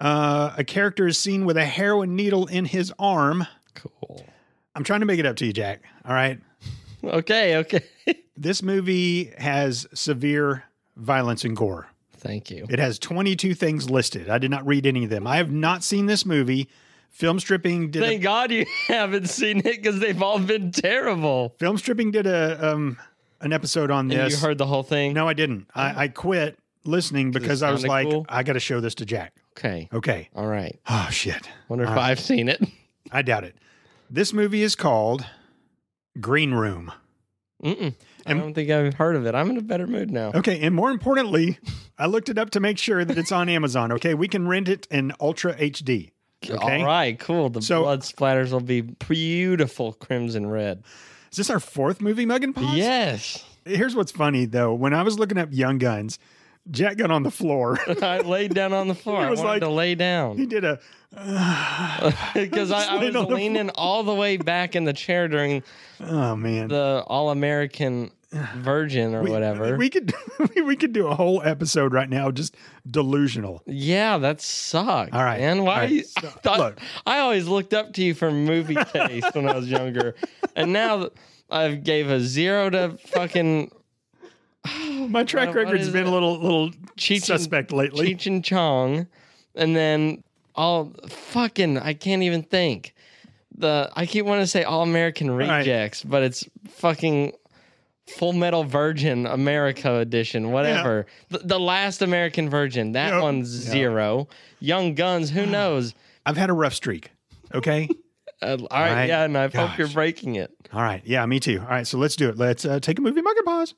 A: Uh, a character is seen with a heroin needle in his arm.
B: Cool.
A: I'm trying to make it up to you, Jack. All right.
B: Okay, okay. *laughs*
A: This movie has severe violence and gore.
B: Thank you.
A: It has 22 things listed. I did not read any of them. I have not seen this movie. Film stripping did
B: Thank
A: a,
B: God you *laughs* haven't seen it because they've all been terrible.
A: film stripping did a um an episode on
B: And
A: this.
B: you heard the whole thing?
A: no, I didn't. I, I quit listening
B: it
A: because I was
B: sounded
A: like,
B: cool?
A: I got to show this to Jack.
B: Okay.
A: Okay.
B: All right.
A: Oh shit.
B: Wonder if
A: All right.
B: I've seen it.
A: I doubt it. This movie is called Green Room.
B: Mm-mm. I
A: Am-
B: don't think I've heard of it. I'm in a better mood now.
A: Okay, and more importantly, I looked it up to make sure that it's on Amazon. Okay, we can rent it in Ultra HD. okay.
B: All right, cool. The
A: So-
B: blood splatters will be beautiful crimson red.
A: Is this our fourth movie, Mug and Paws?
B: Yes.
A: Here's what's funny though. When I was looking up Young Guns, Jack got on the floor. *laughs*
B: I laid down on the floor.
A: He
B: I
A: was
B: wanted
A: like-
B: to lay
A: *laughs* he
B: down
A: did a.
B: *laughs* because
A: just
B: I, I
A: laid
B: was
A: on the
B: leaning all the way back in the chair during
A: Oh man.
B: the
A: *sighs*
B: All American Virgin or
A: We-
B: whatever.
A: We could *laughs* we, we could do a whole episode right now just
B: *laughs*
A: delusional.
B: yeah, that sucked.
A: All right,
B: And
A: all
B: why?
A: right,
B: are you- I,
A: so-
B: *laughs* thought-
A: look.
B: I always looked up to you
A: *laughs*
B: for movie taste when I was younger, and now th- I've gave a zero to
A: *laughs*
B: fucking
A: My track
B: What- what
A: record's
B: is
A: been a
B: it?
A: little little
B: Cheech and-
A: suspect lately.
B: Cheech and Chong, and then all fucking I can't even think. The I keep wanting to say All American
A: right.
B: Rejects, but it's fucking Full Metal Virgin America edition, whatever. The, the Last American Virgin, that
A: Yep.
B: one's
A: Yeah.
B: zero. Young
A: *sighs*
B: Guns, who knows?
A: I've had a rough streak. Okay.
B: Uh, all right,
A: Right.
B: yeah, and I hope you're
A: Gosh.
B: breaking it.
A: All right. Yeah, me too. All right. So let's do it. Let's uh, take a movie mug and pause.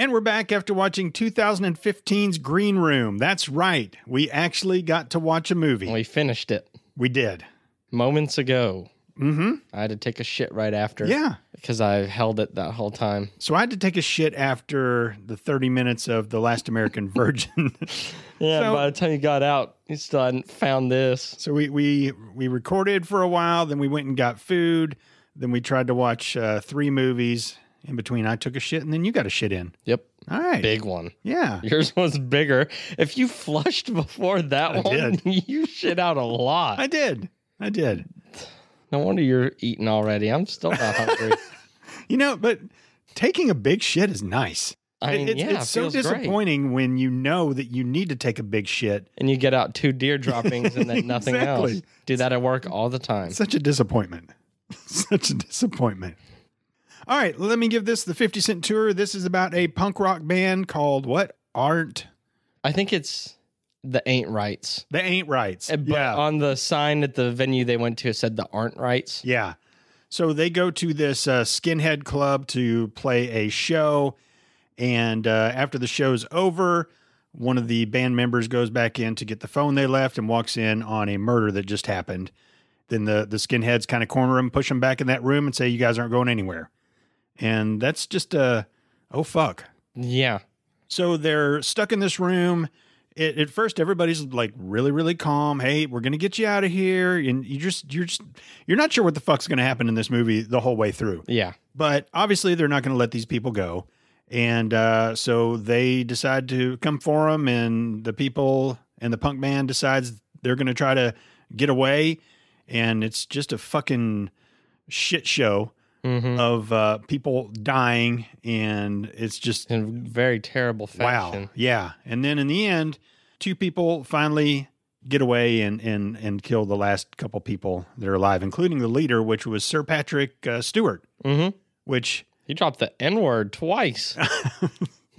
A: And we're back after watching 2015's Green Room. That's right. We actually got to watch a movie.
B: We finished it
A: We did.
B: moments ago.
A: Mm-hmm.
B: I had to take a shit right after.
A: Yeah.
B: because I held it that whole time.
A: So I had to take a shit after the 30 minutes of The Last American *laughs* Virgin.
B: Yeah,
A: So-
B: by the time you got out, you still hadn't found this.
A: So we we we recorded for a while, then we went and got food, then we tried to watch uh, three movies in between. I took a shit, and then you got a shit in.
B: Yep.
A: All right,
B: Big one.
A: yeah,
B: Yours *laughs* was bigger. If you flushed before that
A: I
B: one, *laughs* you shit out a lot.
A: I did, I did.
B: no wonder you're eating already. I'm
A: *laughs*
B: still not hungry.
A: You know, but taking a big shit is nice.
B: I mean,
A: It- it's
B: yeah,
A: it's
B: it
A: so
B: feels great.
A: disappointing when you know that you need to take a big shit.
B: And you get out two deer droppings
A: *laughs*
B: and then nothing
A: Exactly.
B: else. Do that at work all the time.
A: Such a disappointment. *laughs* Such a disappointment. All right, let me give this the 50 cent tour. This is about a punk rock band called what? Aren't
B: I think it's the ain't rights.
A: they ain't rights.
B: Uh, But on the sign at the venue they went to, it said the aren't rights.
A: Yeah. So they go to this uh, skinhead club to play a show. And uh, after the show's over, one of the band members goes back in to get the phone they left and walks in on a murder that just happened. Then the, the skinheads kind of corner him, push him back in that room, and say, You guys aren't going anywhere. And that's just a, oh, fuck.
B: Yeah.
A: So they're stuck in this room. It, at first, everybody's like really, really calm. Hey, we're gonna get you out of here, and you just you're just you're not sure what the fuck's gonna happen in this movie the whole way through.
B: Yeah.
A: But obviously, they're not gonna let these people go, and uh, so they decide to come for them. And the people and the punk band decides they're gonna try to get away, and it's just a fucking shit show
B: hmm
A: of uh, people dying, and it's just
B: In very terrible fashion.
A: Wow. Yeah. And then in the end, two people finally get away and and and kill the last couple people that are alive, including the leader, which was Sir Patrick uh, Stewart,
B: Mm-hmm.
A: which
B: He dropped the N
A: *laughs*
B: word twice. *laughs*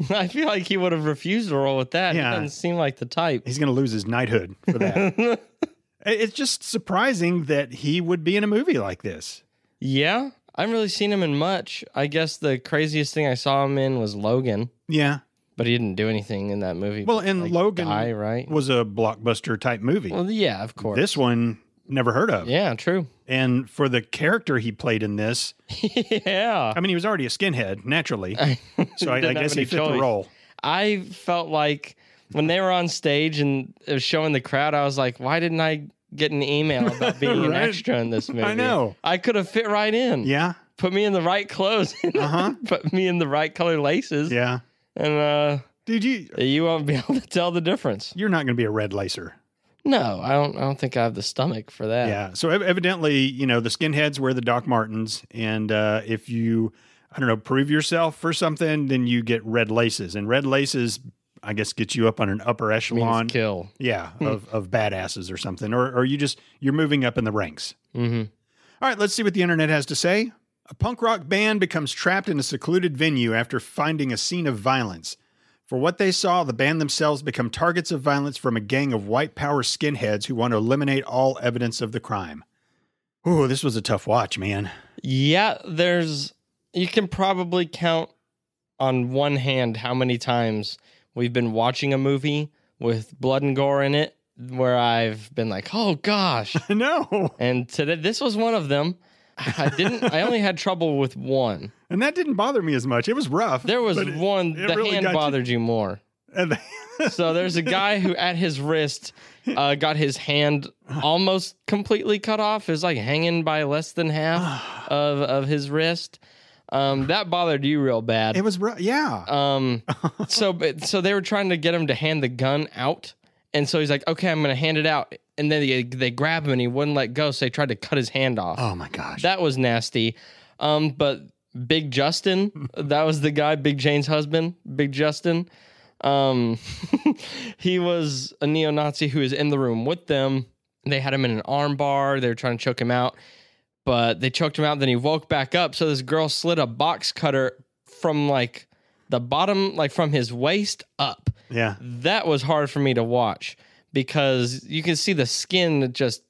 B: I feel like he would have refused to roll with that.
A: Yeah.
B: He doesn't seem like the type.
A: he's going to lose his knighthood for
B: *laughs*
A: that. It- it's just surprising that he would be in a movie like this.
B: yeah. I haven't really seen him in much. I guess the craziest thing I saw him in was Logan,
A: Yeah.
B: but he didn't do anything in that movie.
A: Well, and
B: like,
A: Logan
B: die, right?
A: was a blockbuster type movie.
B: Well, yeah, of course.
A: this one, never heard of.
B: yeah, true. *laughs*
A: And for the character he played in this,
B: yeah.
A: I mean, he was already a skinhead
B: *laughs*
A: naturally. So I, I
B: Didn't have
A: guess he
B: any
A: fit the
B: choice.
A: role.
B: I felt like when they were on stage and it was showing the crowd, I was like, why didn't I get an email
A: *laughs*
B: about being an
A: Right?
B: extra in this movie?
A: I know.
B: I could have fit right in.
A: Yeah.
B: Put me in the right clothes. *laughs*
A: *laughs* Uh-huh.
B: Put me in the right color laces.
A: Yeah.
B: And uh,
A: Dude, you,
B: you won't be *laughs* able to tell the difference.
A: you're not going to be a red lacer.
B: No, I don't I don't think I have the stomach for that.
A: Yeah. So ev- evidently, you know, the skinheads wear the Doc Martens, and uh, if you, I don't know, prove yourself for something, then you get red laces, and red laces, I guess, gets you up on an upper
B: Means
A: echelon,
B: kill.
A: yeah, of of badasses or something, or or you just you're moving up in the ranks.
B: hmm
A: All right, let's see what the internet has to say. A punk rock band becomes trapped in a secluded venue after finding a scene of violence. For what they saw, the band themselves become targets of violence from a gang of white power skinheads who want to eliminate all evidence of the crime. Ooh, this was a tough watch, man. *laughs*
B: Yeah, there's you can probably count on one hand how many times we've been watching a movie with blood and gore in it where I've been like,
A: *laughs*
B: "Oh gosh."
A: I know.
B: and today this was one of them. I didn't I only had trouble with one.
A: And that didn't bother me as much. It was rough.
B: There was
A: but it-
B: one
A: it
B: the
A: really
B: hand
A: got you.
B: bothered you more.
A: and *laughs* the-
B: So there's a guy who at his wrist uh, got his hand almost completely cut off. Is like hanging by less than half of of his wrist. Um, that bothered you real
A: it
B: bad.
A: was rough. Yeah.
B: Um, so but so they were trying to get him to hand the gun out, and so he's like, "Okay, I'm gonna hand it out." And then they, they grab him and he wouldn't let go, so they tried to cut his hand off.
A: oh my gosh.
B: That was nasty. Um, but Big Justin, that was the guy, Big Jane's husband, Big Justin. Um, *laughs* he was a neo Nazi who was in the room with them. They had him in an arm bar. They were trying to choke him out, but they choked him out. Then he woke back up. So this girl slid a box cutter from like the bottom, like from his waist up.
A: yeah.
B: That was hard for me to watch because you can see the skin that just,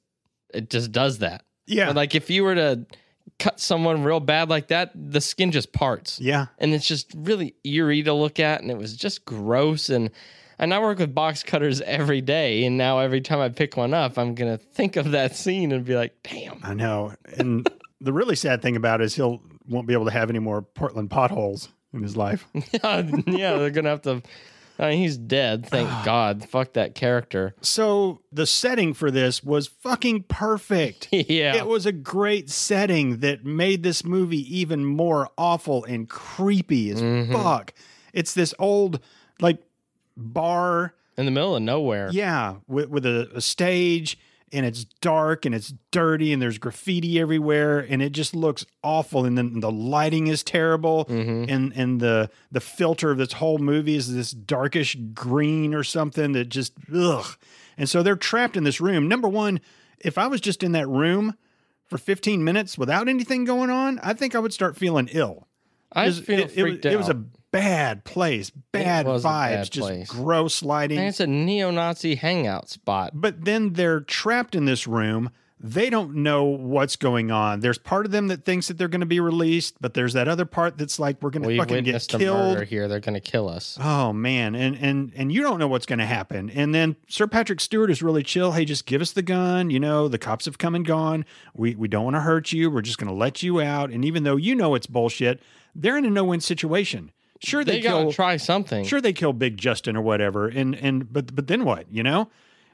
B: it just does that.
A: Yeah.
B: But, Like if you were to cut someone real bad like that, the skin just parts.
A: yeah.
B: And it's just really eerie to look at and it was just gross and and I work with box cutters every day and now every time I pick one up, I'm going to think of that scene and be like, "Damn." *laughs*
A: I know. And the really sad thing about it is he'll won't be able to have any more Portland potholes in his life.
B: yeah, they're going to have to I mean, he's dead, thank
A: *sighs*
B: God. Fuck that character. *laughs*
A: So the setting for this was fucking perfect.
B: yeah.
A: It was a great setting that made this movie even more awful and creepy as
B: Mhm.
A: fuck. It's this old like bar,
B: In the middle of nowhere.
A: yeah, with, with a, a stage and it's dark and it's dirty and there's graffiti everywhere and it just looks awful and then the lighting is terrible.
B: Mhm.
A: and and the the filter of this whole movie is this darkish green or something that just ugh. And so they're trapped in this room. Number one, if I was just in that room for 15 minutes without anything going on, I think I would start feeling ill.
B: I
A: Just-
B: feel
A: it, it was-
B: freaked out.
A: it was a bad place, bad
B: was
A: vibes,
B: a bad
A: just
B: place.
A: gross lighting.
B: and it's a neo-Nazi hangout spot.
A: But then they're trapped in this room. They don't know what's going on. There's part of them that thinks that they're going to be released, but there's that other part that's like, we're going to
B: We
A: fucking get
B: witnessed a
A: killed.
B: murder here. They're going to kill us.
A: Oh man, and and and you don't know what's going to happen. And then Sir Patrick Stewart is really chill. Hey, just give us the gun. You know, the cops have come and gone. We we don't want to hurt you. We're just going to let you out. And even though you know it's bullshit, they're in a no win situation. Sure, *sighs*
B: They,
A: they,
B: got
A: kill.
B: to try something.
A: sure, they kill Big Justin or whatever. And and but but then what? You know,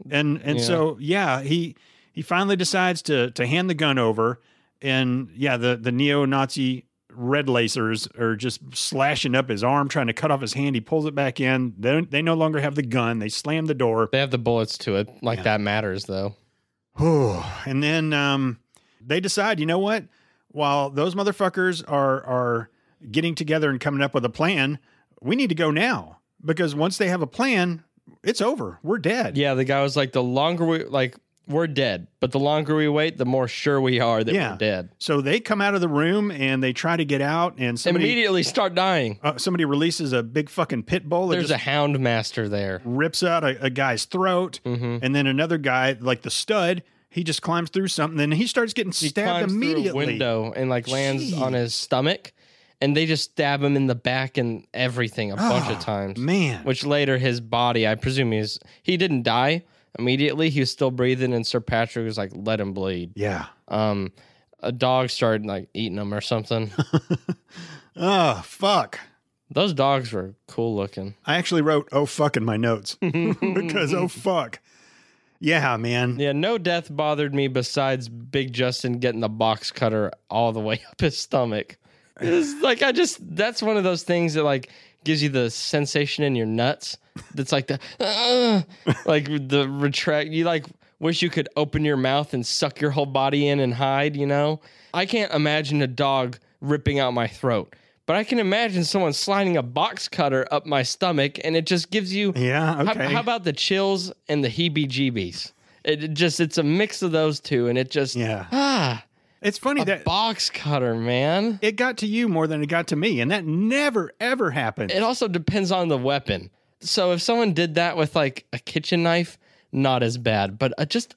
A: and and so yeah, he he finally decides to to hand the gun over. And yeah, the the neo Nazi red lacers are just slashing up his arm, trying to cut off his hand. He pulls it back in. They, don't- they no longer have the gun. They slam the door.
B: They have the bullets to it. Like that matters though.
A: and then um, they decide, you know what? While those motherfuckers are are getting together and coming up with a plan, we need to go now because once they have a plan, it's over. We're dead.
B: Yeah, the guy was like, the longer we like we're dead. But the longer we wait, the more sure we are that
A: Yeah.
B: we're dead.
A: So they come out of the room and they try to get out, and somebody
B: Immediately start dying.
A: uh, somebody releases a big fucking pit bull that
B: There's a
A: just
B: hound master there.
A: rips out a, a guy's throat,
B: Mhm.
A: and then another guy like the stud. He just climbs through something and he starts getting
B: He
A: stabbed
B: climbs through a
A: immediately.
B: window and like lands on his stomach, and they just stab him in the back and everything a bunch of
A: Ah,
B: times.
A: Man,
B: Which later his body, I presume he's he didn't die immediately. He was still breathing, and Sir Patrick was like, "Let him bleed."
A: yeah.
B: Um, a dog started like eating him or something.
A: Oh fuck.
B: Those dogs were cool looking.
A: I actually wrote oh fuck in my
B: *laughs*
A: notes because oh fuck. Yeah, man.
B: Yeah, no death bothered me besides Big Justin getting the box cutter all the way *laughs* up his stomach. It's like I just that's one of those things that like gives you the sensation in your nuts. That's like the "Ugh," like the retract. You like wish you could open your mouth and suck your whole body in and hide. You know, I can't imagine a dog ripping out my throat. But I can imagine someone sliding a box cutter up my stomach, and it just gives you
A: Yeah,
B: how-
A: okay.
B: How, about the chills and the heebie-jeebies? It it just it's a mix of those two, and it just
A: yeah.
B: ah
A: It's funny
B: a
A: that
B: box cutter, man.
A: it got to you more than it got to me, and that never ever happened.
B: It also depends on the weapon. So if someone did that with like a kitchen knife, not as bad. But uh, just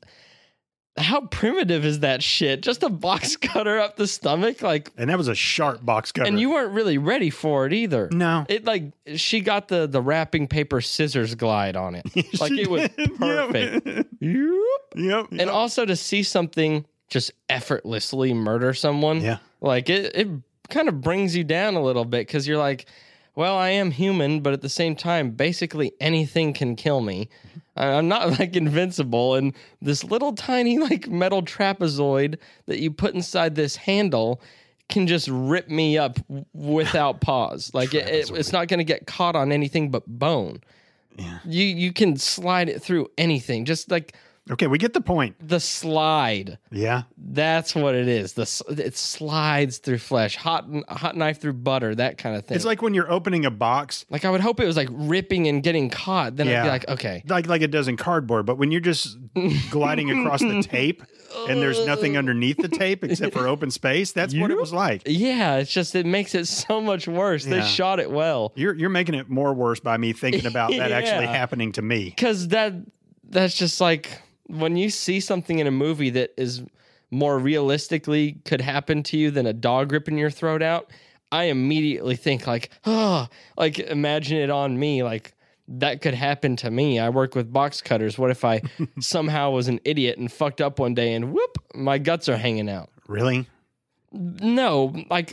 B: how primitive is that shit? Just a box *laughs* cutter up the stomach, like,
A: and that was a sharp box cutter.
B: and you weren't really ready for it either.
A: no,
B: It like she got the the wrapping paper scissors glide on it.
A: *laughs*
B: Like
A: She
B: it was
A: did.
B: perfect.
A: Yep. Yep.
B: and also to see something just effortlessly murder someone
A: Yeah.
B: like it, it kind of brings you down a little bit because you're like well i am human but at the same time basically anything can kill me I- i'm not *laughs* like invincible and this little tiny like metal trapezoid that you put inside this handle can just rip me up w-
A: *laughs*
B: without pause like it, it- it's not going to get caught on anything but bone
A: Yeah.
B: you you can slide it through anything just like
A: okay, we get the point.
B: the slide.
A: Yeah.
B: That's what it is. The s- it slides through flesh, hot hot knife through butter, that kind of thing.
A: It's like when you're opening a box,
B: like I would hope it was like ripping and getting caught. Then I'd
A: Yeah.
B: be like, okay,
A: like like it does in cardboard, but when you're
B: *laughs*
A: just gliding across the tape and there's nothing
B: Uh.
A: underneath the tape except for open space, that's what it was like.
B: yeah. It's just it makes it *laughs* so much worse. They
A: Yeah.
B: shot it well
A: You're you're making it more worse by me
B: *laughs*
A: thinking about that actually
B: Yeah.
A: happening to me.
B: because that that's just like when you see something in a movie that is more realistically could happen to you than a dog ripping your throat out. I immediately think like, oh, like imagine it on me, like that could happen to me. I work with box cutters. What if I somehow was an idiot and fucked up one day and whoop, my guts are hanging out?
A: Really?
B: No, like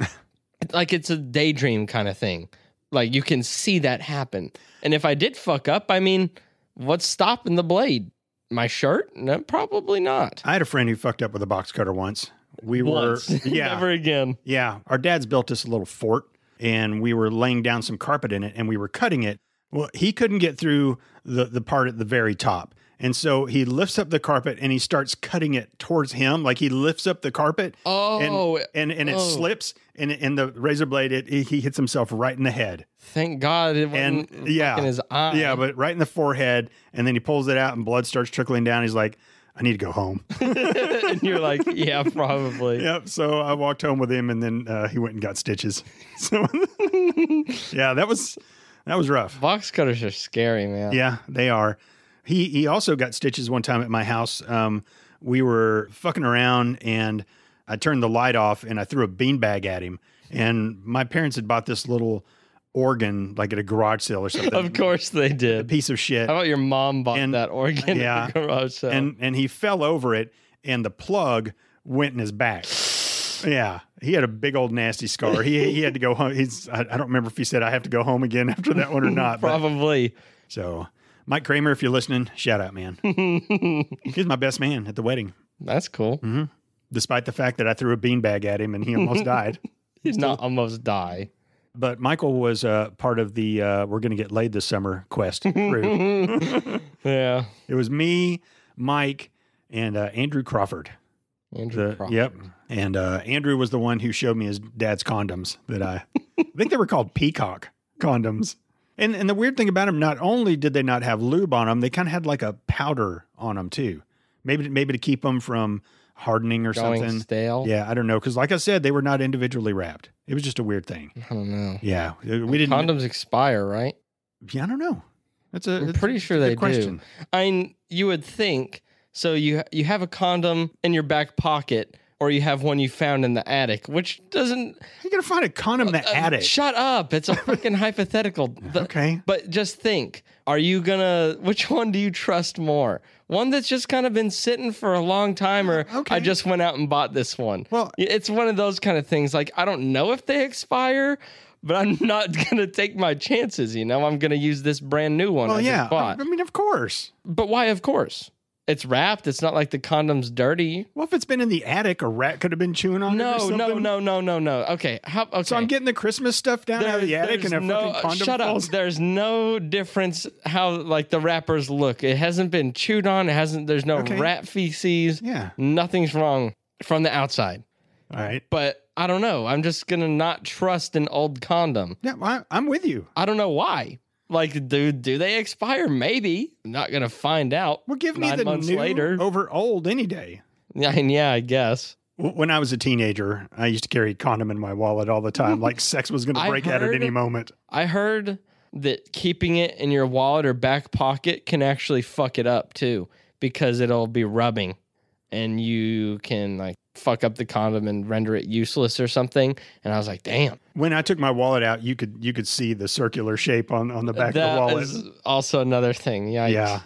B: like it's a daydream kind of thing. Like you can see that happen. And if I did fuck up, I mean, what's stopping the blade? My shirt? No, probably not.
A: I had a friend who fucked up with a box cutter once. We were
B: Once.
A: *laughs*
B: *laughs*
A: yeah.
B: Never again.
A: Yeah, our dad's built us a little fort and we were laying down some carpet in it and we were cutting it. Well, he couldn't get through the the part at the very top. And so he lifts up the carpet and he starts cutting it towards him like he lifts up the carpet
B: Oh,
A: and and, and it
B: oh.
A: slips and and the razor blade it he hits himself right in the head.
B: thank God it
A: And
B: wasn't
A: yeah.
B: in his eye.
A: Yeah, but right in the forehead and then he pulls it out and blood starts trickling down. He's like, "I need to go home."
B: *laughs* and you're like,
A: *laughs*
B: yeah, probably.
A: Yep. So I walked home with him, and then uh, he went and got stitches. *laughs* So yeah, that was that was rough.
B: Box cutters are scary, man.
A: Yeah, they are. He he also got stitches one time at my house. Um, we were fucking around, and I turned the light off, and I threw a beanbag at him. And my parents had bought this little organ, like at a garage sale or something,
B: Of course they
A: a
B: did.
A: piece of shit.
B: How about your mom bought
A: And-
B: that organ
A: yeah.
B: at the *laughs* garage sale?
A: and and he fell over it, and the plug went in his back. Yeah, he had a big old nasty scar. He he had to go home. He's I, I don't remember if he said I have to go home again *laughs* after that one or not. but-
B: probably.
A: so, Mike Kramer, if you're listening, shout out, man. He's my best man at the wedding,
B: That's cool.
A: despite the fact that I threw a beanbag at him and he almost died.
B: He's not almost die. *laughs*
A: But Michael was uh, part of the uh, "We're going to get laid this summer" quest
B: *laughs*
A: crew.
B: Yeah.
A: it was me, Mike, and uh, Andrew Crawford.
B: Andrew
A: The-
B: Crawford.
A: Yep. And uh, Andrew was the one who showed me his dad's condoms that I, I think they were called peacock condoms. And and the weird thing about them, not only did they not have lube on them, they kind of had like a powder on them too. Maybe maybe to keep them from hardening or
B: Going
A: something.
B: stale.
A: Yeah, I don't know. Because like I said, they were not individually wrapped. It was just a weird thing.
B: I don't know.
A: Yeah, uh, we didn't.
B: Condoms expire, right?
A: yeah, I don't know. That's a.
B: I'm
A: that's a-
B: pretty sure
A: that's a
B: they
A: good
B: do. I mean, you would think so. You you have a condom in your back pocket, or you have one you found in the attic, which doesn't.
A: How you gonna find a condom in the
B: uh,
A: attic?
B: Shut up! It's a
A: *laughs*
B: fucking hypothetical. The-
A: okay.
B: But just think: Are you gonna? Which one do you trust more? One that's just kind of been sitting for a long time, or
A: Okay.
B: I just went out and bought this one.
A: Well-
B: it's one of those kind of things. Like I don't know if they expire. But I'm *laughs* not gonna take my chances, you know. I'm gonna use this brand new one.
A: Well,
B: I just
A: yeah. I,
B: bought.
A: I mean, of course.
B: But why? Of course, it's wrapped. It's not like the condom's dirty.
A: Well, if it's been in the attic, a rat could have been chewing on it. or
B: No, no,
A: something.
B: no, no, no, no. Okay, how? Okay.
A: So I'm getting the Christmas stuff down out of the attic, and
B: there's
A: a
B: no,
A: fucking uh, condom
B: shut
A: falls.
B: up. There's no difference how like the wrappers look. It hasn't been chewed on. It hasn't. There's no
A: Okay.
B: rat feces.
A: Yeah.
B: Nothing's wrong from the outside.
A: All right.
B: But I don't know. I'm just gonna not trust an old condom.
A: Yeah, well, I, I'm with you.
B: I don't know why. Like, do do they expire? Maybe. I'm not gonna find out.
A: Well, give me
B: Nine
A: the
B: months
A: new
B: later.
A: over old any day.
B: yeah, I guess.
A: W- When I was a teenager, I used to carry condom in my wallet all the time,
B: *laughs*
A: like sex was going to
B: I
A: break out at
B: heard-
A: any moment.
B: I heard that keeping it in your wallet or back pocket can actually fuck it up too because it'll be rubbing and you can like fuck up the condom and render it useless or something. And I was like, damn,
A: When I took my wallet out, you could you could see the circular shape on on the back of the
B: that
A: wallet.
B: is also another thing. Yeah.
A: yeah.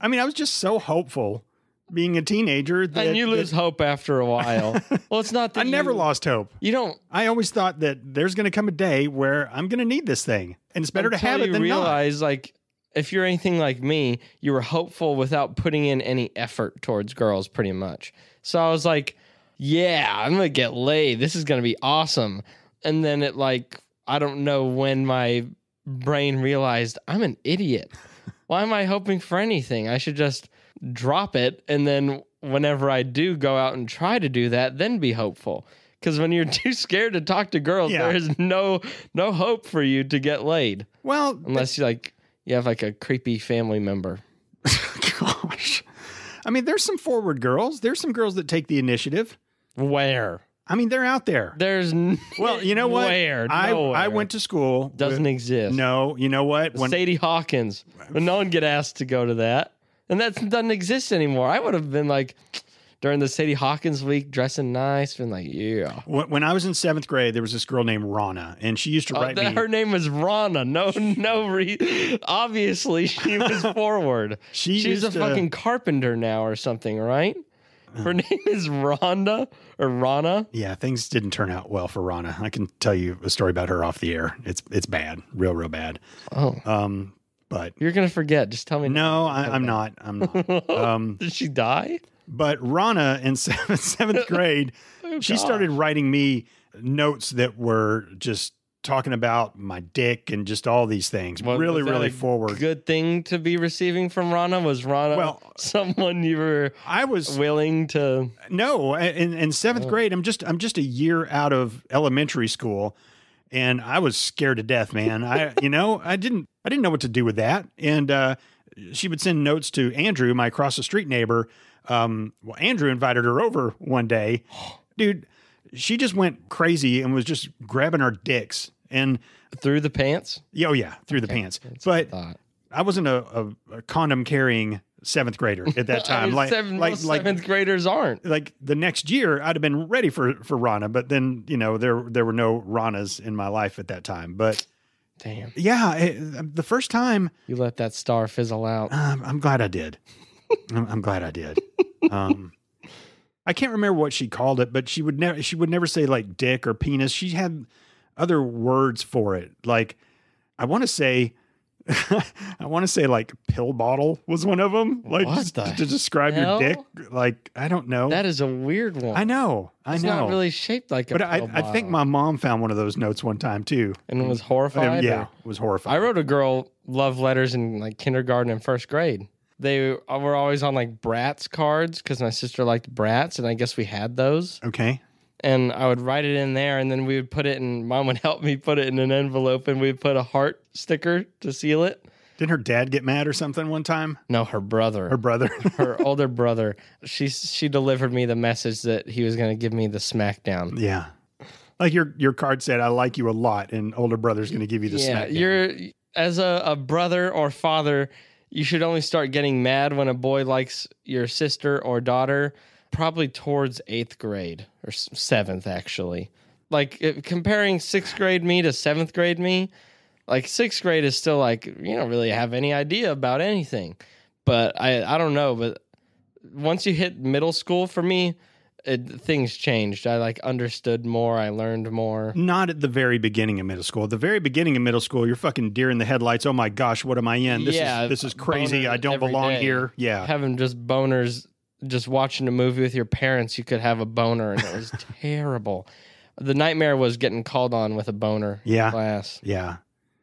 A: I mean, I was just so hopeful being a teenager that
B: And you lose
A: that-
B: hope after
A: *laughs*
B: a while. well, it's not that
A: I never
B: you-
A: lost hope.
B: You don't.
A: I always thought that there's going to come a day where I'm going to need this thing, and it's better to
B: until
A: have it
B: you
A: than not.
B: realize like if you're anything like me you were hopeful without putting in any effort towards girls pretty much so i was like yeah i'm gonna get laid this is gonna be awesome and then it like i don't know when my brain realized i'm an
A: *laughs*
B: idiot why am i hoping for anything i should just drop it and then whenever i do go out and try to do that then be hopeful because when you're *laughs* too scared to talk to girls
A: Yeah.
B: there is no no hope for you to get laid
A: Well, *laughs*
B: unless you like you have like a creepy family member.
A: Gosh. I mean, there's some forward girls. There's some girls that take the initiative.
B: Where
A: I mean, they're out there.
B: there's n-
A: Well, you know what?
B: Where
A: I
B: Nowhere.
A: I went to school.
B: doesn't
A: with-
B: exist.
A: Uh, No, you know what? When,
B: Sadie Hawkins. No one get asked to go to that, and that doesn't exist anymore. I would have been like during the Sadie Hawkins week, dressing nice, been like, yeah.
A: when when I was in seventh grade, there was this girl named Rana, and she used to
B: Oh,
A: write
B: that-
A: me.
B: her name was Rana. No, no, re-
A: *laughs*
B: obviously she was forward.
A: she
B: She's
A: used
B: a
A: to- Uh-huh.
B: fucking carpenter now or something, right? Her name is Rhonda or Rana.
A: Yeah, things didn't turn out well for Rana. I can tell you a story about her off the air. It's it's bad, real real bad.
B: Oh,
A: Um, but
B: you're gonna forget. Just tell me.
A: no, I, I'm not. I'm not.
B: *laughs*
A: Um,
B: Did she die?
A: but Rana in seventh, *laughs* seventh grade
B: Oh,
A: she
B: God.
A: started writing me notes that were just talking about my dick and just all these things.
B: Well,
A: really,
B: was that
A: really
B: a
A: forward.
B: Good uh, thing to be receiving from Rana was Rana.
A: Well-
B: someone you were
A: I was
B: willing to.
A: no in, in seventh
B: Oh.
A: grade. I'm just I'm just a year out of elementary school, and I was scared to death, man. I
B: *laughs*
A: you know I didn't I didn't know what to do with that, and uh, she would send notes to Andrew, my across the street neighbor. Um, well, Andrew invited her over one
B: *gasps*
A: day, dude. She just went crazy and was just grabbing our dicks and
B: Through the pants,
A: Yeah, oh yeah, through the
B: Okay,
A: pants.
B: that's what I
A: But
B: thought.
A: I wasn't a, a, a condom carrying seventh grader at that
B: *laughs* I
A: time.
B: mean,
A: like,
B: seven,
A: like,
B: most
A: like,
B: seventh graders aren't.
A: like the next year, I'd have been ready for for Rana. But then you know there there were no Ranas in my life at that time. But
B: Damn,
A: yeah, it, um, the first time,
B: you let that star fizzle out.
A: um, I'm glad I did. I'm, I'm glad I did. Um, I can't remember what she called it, but she would never she would never say like dick or penis. She had other words for it. Like I want to say *laughs* I want to say like pill bottle was one of them. Like
B: What
A: just
B: the
A: to describe
B: hell?
A: your dick. Like I don't know.
B: That is a weird one.
A: I know. I
B: It's
A: know.
B: not really shaped like a.
A: but I,
B: pill
A: I think
B: bottle.
A: my mom found one of those notes one time too.
B: and was
A: Yeah,
B: horrified. or-
A: yeah, was horrifying.
B: I wrote a girl love letters in like kindergarten and first grade. They uh, were always on like Bratz cards because my sister liked Bratz, and I guess we had those.
A: okay.
B: And I would write it in there, and then we would put it in. Mom would help me put it in an envelope, and we'd put a heart sticker to seal it.
A: Didn't her dad get mad or something one time?
B: No, her brother.
A: Her brother. *laughs*
B: her older brother. She she delivered me the message that he was going to give me the smackdown.
A: yeah. Like your your card said, I like you a lot, and older brother's going to give you the
B: yeah,
A: smack.
B: you're as a, a brother or father, you should only start getting mad when a boy likes your sister or daughter, probably towards eighth grade or s- seventh actually. Like if, comparing sixth grade me to seventh grade me, like sixth grade is still like you don't really have any idea about anything. But I I don't know, but once you hit middle school for me, it, things changed. I like understood more. I learned more.
A: Not at the very beginning of middle school. At the very beginning of middle school, you're fucking deer in the headlights. Oh my gosh, what am I in? This
B: Yeah,
A: is this is crazy.
B: boner
A: I don't
B: every
A: belong
B: day.
A: here. Yeah.
B: *laughs* having just boners just watching a movie with your parents you could have a boner and it was terrible the nightmare was getting called on with a boner in
A: Yeah.
B: class
A: Yeah.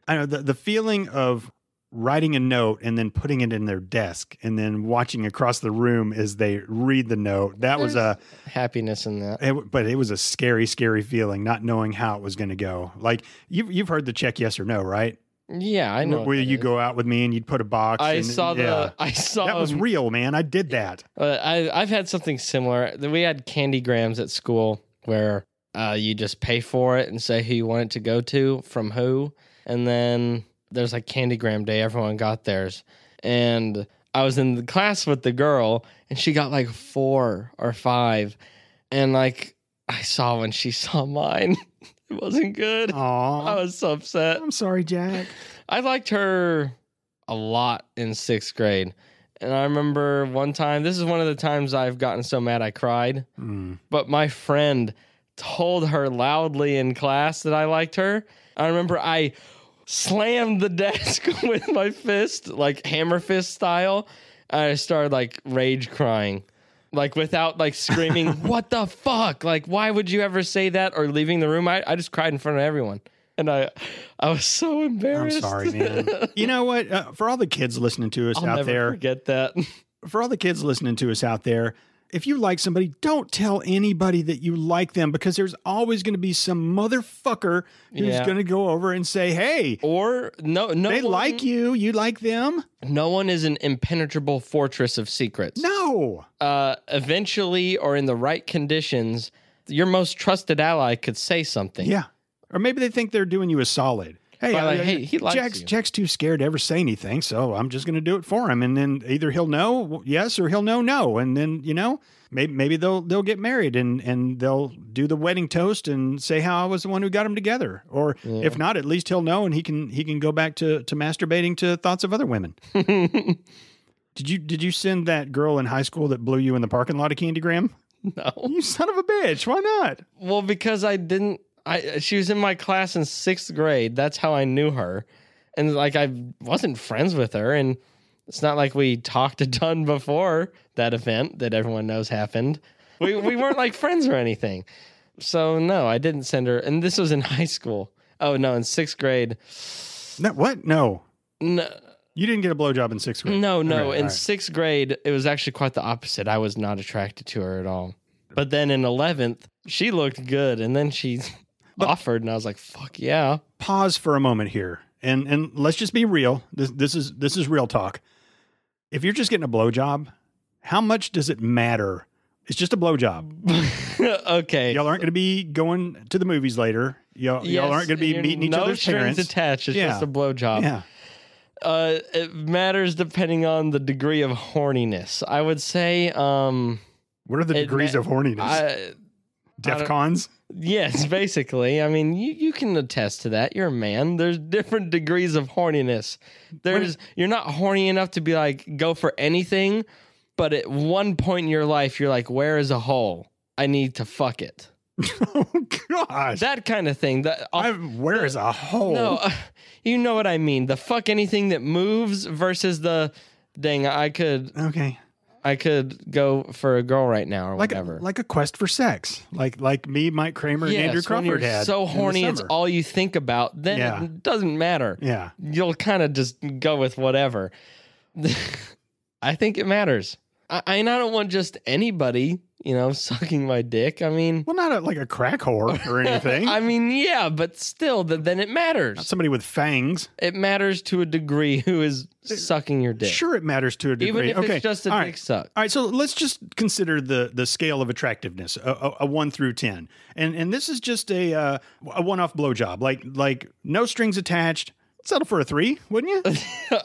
A: I know the, the feeling of writing a note and then putting it in their desk and then watching across the room as they read the note. That was a,
B: happiness in that
A: it, w- but it was a scary, scary feeling, not knowing how it was going to go. Like you've, you've heard the check yes or no, right?
B: yeah i know
A: Where
B: what that
A: you
B: is.
A: go out with me and you'd put a box.
B: i
A: and-
B: saw the um,
A: yeah.
B: i saw
A: That was
B: a-
A: real, man. I did that.
B: Uh, I, I've had something similar. We had candy grams at school where uh, you just pay for it and say who you want it to go to from who. And then there's like candy gram day. Everyone got theirs. And I was in the class with the girl and she got like four or five. And like I saw when she *laughs* saw mine, it wasn't good. *laughs* I
A: Aw.
B: was so upset.
A: I'm sorry, Jack.
B: I liked her a lot in sixth grade. And I remember one time, this is one of the times I've gotten so mad I cried,
A: Mm.
B: but my friend told her loudly in class that I liked her. I remember I slammed the *laughs* desk with my fist, like hammer fist style. And I started like rage crying, like without like screaming,
A: *laughs*
B: what the fuck? Like, why would you ever say that or leaving the room? I, I just cried in front of everyone. And I, I was so
A: I'm
B: embarrassed.
A: sorry, man. you know what? Uh, for all the kids listening to us
B: I'll
A: out
B: never
A: there,
B: forget that. *laughs*
A: for all the kids listening to us out there, if you like somebody, don't tell anybody that you like them because there's always going to be some motherfucker who's
B: Yeah.
A: going to go over and say, "Hey,
B: Or no, no,
A: they
B: one,
A: like you. You like them?"
B: No one is an impenetrable fortress of secrets.
A: No.
B: uh, eventually or in the right conditions, your most trusted ally could say something.
A: Yeah. Or maybe they think they're doing you a solid. Hey,
B: Well, like,
A: I- I-
B: hey, he likes
A: Jack's,
B: you.
A: Jack's too scared to ever say anything, so I'm just going to do it for him, and then either he'll know w- yes or he'll know no, and then you know maybe maybe they'll they'll get married and and they'll do the wedding toast and say how I was the one who got them together, or if not, at least he'll know and he can he can go back to to masturbating to thoughts of other
B: *laughs*
A: women. did you did you send that girl in high school that blew you in the parking lot a candygram?
B: No.
A: You son of a bitch! Why not?
B: Well, because I didn't. I she was in my class in sixth grade. That's how I knew her, and like I wasn't friends with her, and it's not like we talked a ton before that event that everyone knows happened. We we weren't like friends or anything. So no, I didn't send her. And this was in *laughs* high school. Oh no, in sixth grade.
A: No, what? No.
B: No,
A: You didn't get a blowjob in sixth grade.
B: No, no.
A: right, all
B: in
A: right.
B: sixth grade, it was actually quite the opposite. I was not attracted to her at all. But then in eleventh, she looked good, and then she *laughs* offered, and I was like, "Fuck yeah!" *laughs*
A: pause for a moment here and and let's just be real. This this is this is real talk. If you're just getting a blowjob, how much does it matter? It's just a blowjob.
B: okay.
A: Y'all aren't going to be going to the movies later. Y'all,
B: Yes,
A: y'all aren't going to be
B: you're-
A: meeting each
B: no
A: other's
B: strings
A: parents.
B: attached. It's
A: Yeah.
B: just a blowjob.
A: yeah,
B: Uh, it matters depending on the degree of horniness. I would say, um,
A: what are the
B: It
A: degrees
B: ma-
A: of horniness?
B: I,
A: Def
B: don't-
A: cons. *laughs*
B: yes, *laughs* basically. I mean, you, you can attest to that. You're a man. There's different degrees of horniness. There's you're not horny enough to be like go for anything, but at one point in your life, you're like, where is a hole? I need to fuck it.
A: Oh gosh,
B: That kind of thing. That
A: I'm, where is a hole?
B: no, uh, *laughs* you know what I mean. The fuck anything that moves versus the dang. I could
A: Okay,
B: I could go for a girl right now or
A: like
B: whatever.
A: like a quest for sex, like like me, Mike Kramer, and Andrew
B: Yes, when
A: Crawford
B: you're
A: had.
B: so
A: in the
B: horny, it's
A: summer.
B: all you think about. Then
A: Yeah.
B: it doesn't matter.
A: Yeah,
B: *laughs* you'll kind of just go with whatever. I think it matters. I, I and I don't want just anybody, you know, *laughs* sucking my dick. I mean,
A: Well, not a, like a crack
B: *laughs*
A: whore or anything.
B: I mean, yeah, but still, th- then it
A: not
B: matters.
A: somebody with fangs.
B: It matters to a degree who is sucking your dick,
A: Sure, it matters to a degree.
B: even if
A: okay,
B: it's just a
A: all
B: dick
A: right.
B: suck. *laughs*
A: All right, so let's just consider the the scale of attractiveness, a, a, a one through ten, and and this is just a uh, a one off blowjob, like like no strings attached. Settle for a three,
B: *laughs*
A: wouldn't you?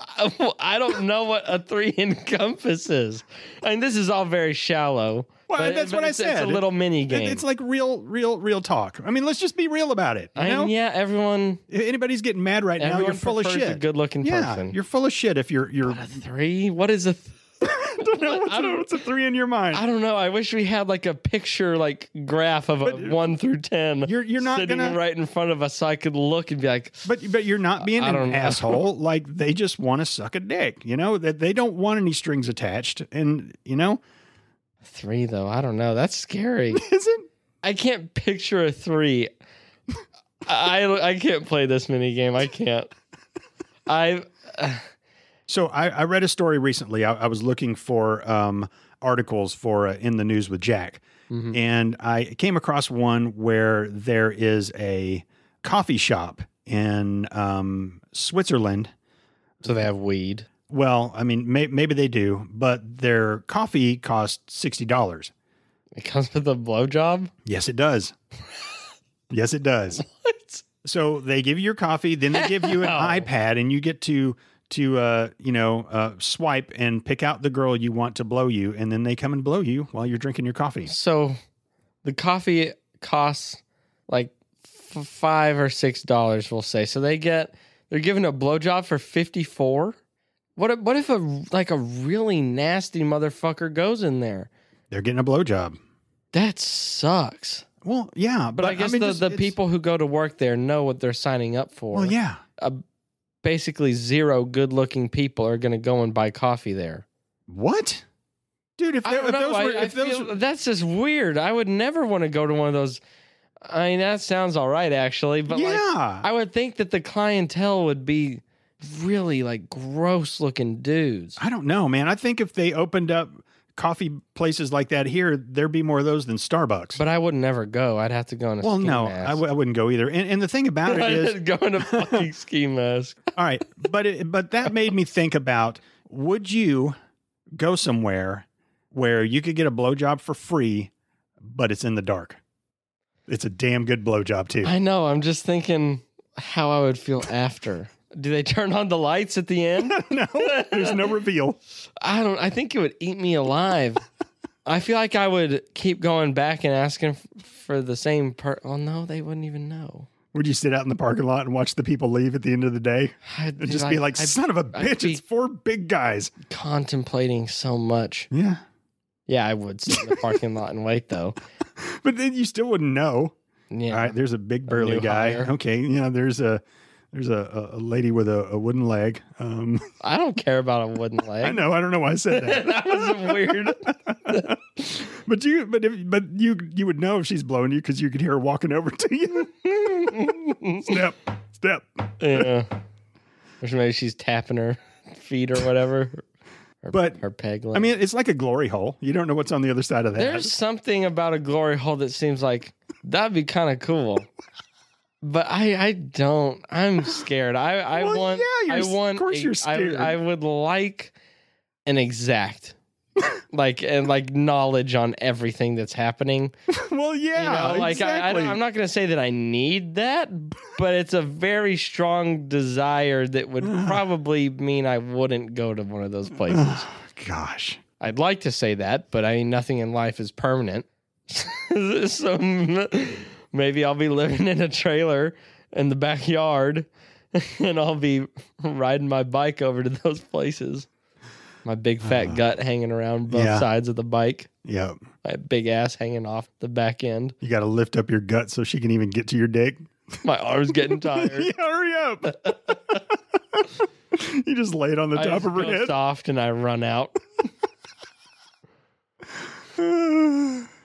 B: I don't know what a three *laughs* encompasses. I mean, this is all very shallow.
A: Well, that's what I
B: it's- It's a
A: said.
B: little mini
A: It-
B: game.
A: It's like real, real, real talk. I mean, let's just be real about it. You
B: I
A: know,
B: mean, yeah, everyone,
A: if anybody's getting mad right now,
B: everyone
A: you're full of
B: prefers a
A: shit.
B: good-looking
A: yeah,
B: person.
A: you're full of shit. If you're
B: *laughs*
A: you're,
B: a three? What is a? Th-
A: *laughs* I don't know what's,
B: I
A: a,
B: don't-
A: what's a three in your mind.
B: I don't know. I wish we had like a picture, like graph of a
A: But-
B: one through ten.
A: You're- you're not
B: sitting
A: gonna-
B: right in front of us, so I could look and be like,
A: But but you're not being
B: I don't
A: an
B: know.
A: asshole.
B: *laughs*
A: Like they just want to suck a dick. You know that they don't want any strings attached. And you
B: *laughs*
A: know,
B: three though. I don't know. That's
A: *laughs*
B: scary.
A: isn't
B: I can't picture a three. I I I can't play this mini game. I can't. I
A: So I, I read a story recently. I, I was looking for um, articles for uh, in the news with Jack,
B: Mhm.
A: and I came across one where there is a coffee shop in um, Switzerland.
B: so they have weed.
A: Well, I mean, may, maybe they do, but their coffee costs sixty dollars.
B: It comes with a blowjob.
A: Yes, it
B: *laughs*
A: does. yes, it does.
B: What?
A: So they give you your coffee, then they give
B: *laughs*
A: you an
B: Wow.
A: iPad, and you get to to uh, you know uh, swipe and pick out the girl you want to blow you, and then they come and blow you while you're drinking your coffee.
B: So the coffee costs like f- five or six dollars, we'll say. So they get they're given a blowjob for fifty four. What if, what if a like a really nasty motherfucker goes in there?
A: They're getting a blowjob.
B: That sucks.
A: Well, yeah,
B: But, I guess
A: mean,
B: the,
A: just-
B: the
A: it's-
B: people who go to work there know what they're signing up for.
A: Well, yeah,
B: Basically, zero good looking people are going to go and buy coffee there.
A: what, dude? If,
B: I
A: tho-
B: don't
A: if
B: know.
A: those
B: I,
A: were,
B: I
A: if those,
B: feel, that's just weird. I would never want to go to one of those. I mean, that sounds all right, actually. But like,
A: yeah,
B: I would think that the clientele would be really like gross looking dudes.
A: I don't know, man. I think if they opened up coffee places like that here, there'd be more of those than Starbucks.
B: But I would never go. I'd have to go in a
A: well,
B: ski
A: no,
B: mask.
A: I w- I wouldn't go either. And, and the thing about it is,
B: *laughs* I'd go
A: *laughs*
B: in a fucking ski mask.
A: All right, but it, but that made me think about: Would you go somewhere where you could get a blowjob for free, but it's in the dark? It's a damn good blowjob too.
B: I know. I'm just thinking how I would feel after. Do they turn on the lights at the end?
A: *laughs* no, there's no reveal.
B: I don't. I think it would eat me alive. I feel like I would keep going back and asking f- for the same part. Well, no, they wouldn't even know.
A: Would you sit out in the parking lot and watch the people leave at the end of the day?
B: I'd
A: And just be like,
B: I'd
A: "Son of a bitch!
B: be-
A: it's four big guys."
B: contemplating so much.
A: Yeah,
B: Yeah, I would sit in the parking lot and wait though.
A: but then you still wouldn't know.
B: Yeah.
A: All right, there's a big burly
B: new
A: guy.
B: hire.
A: Okay, you know, there's a there's a, a a lady with a, a wooden leg. Um, *laughs*
B: I don't care about a wooden leg.
A: I know, I don't know why I said that.
B: that was weird.
A: But you, but if, but you, you would know if she's blowing you because you could hear her walking over to you.
B: *laughs*
A: step, step.
B: yeah. Or maybe she's tapping her feet or whatever. Her,
A: But,
B: her peg leg.
A: I mean, it's like a glory hole. You don't know what's on the other side of that.
B: There's something about a glory hole that seems like that'd be kind of cool. But I, I don't. I'm scared. I, I
A: Well,
B: want.
A: yeah,
B: I
A: you're s- of
B: want.
A: course
B: a-
A: you're
B: I-
A: scared.
B: I, would like
A: *laughs*
B: an exact, like and like knowledge on everything that's happening.
A: *laughs* well, yeah,
B: you know, like
A: exactly.
B: I, I, I'm not gonna say that I need that, but it's a very strong desire
A: *sighs*
B: that would probably mean I wouldn't go to one of those places.
A: *sighs* Gosh,
B: I'd like to say that, but I mean, nothing in life is permanent. *laughs* so *laughs* m- maybe I'll be living in a trailer in the backyard *laughs* and I'll be riding my bike over to those places. My
A: *sighs*
B: big fat gut hanging around both
A: yeah.
B: sides of the bike,
A: yep.
B: my big ass hanging off the back end,
A: You got to lift up your gut so she can even get to your dick.
B: *laughs* my arms getting tired.
A: *laughs* Yeah, hurry up. *laughs* you just lay it on the
B: I
A: top
B: just
A: of her
B: go *laughs*
A: head.
B: soft and I run out.
A: *laughs*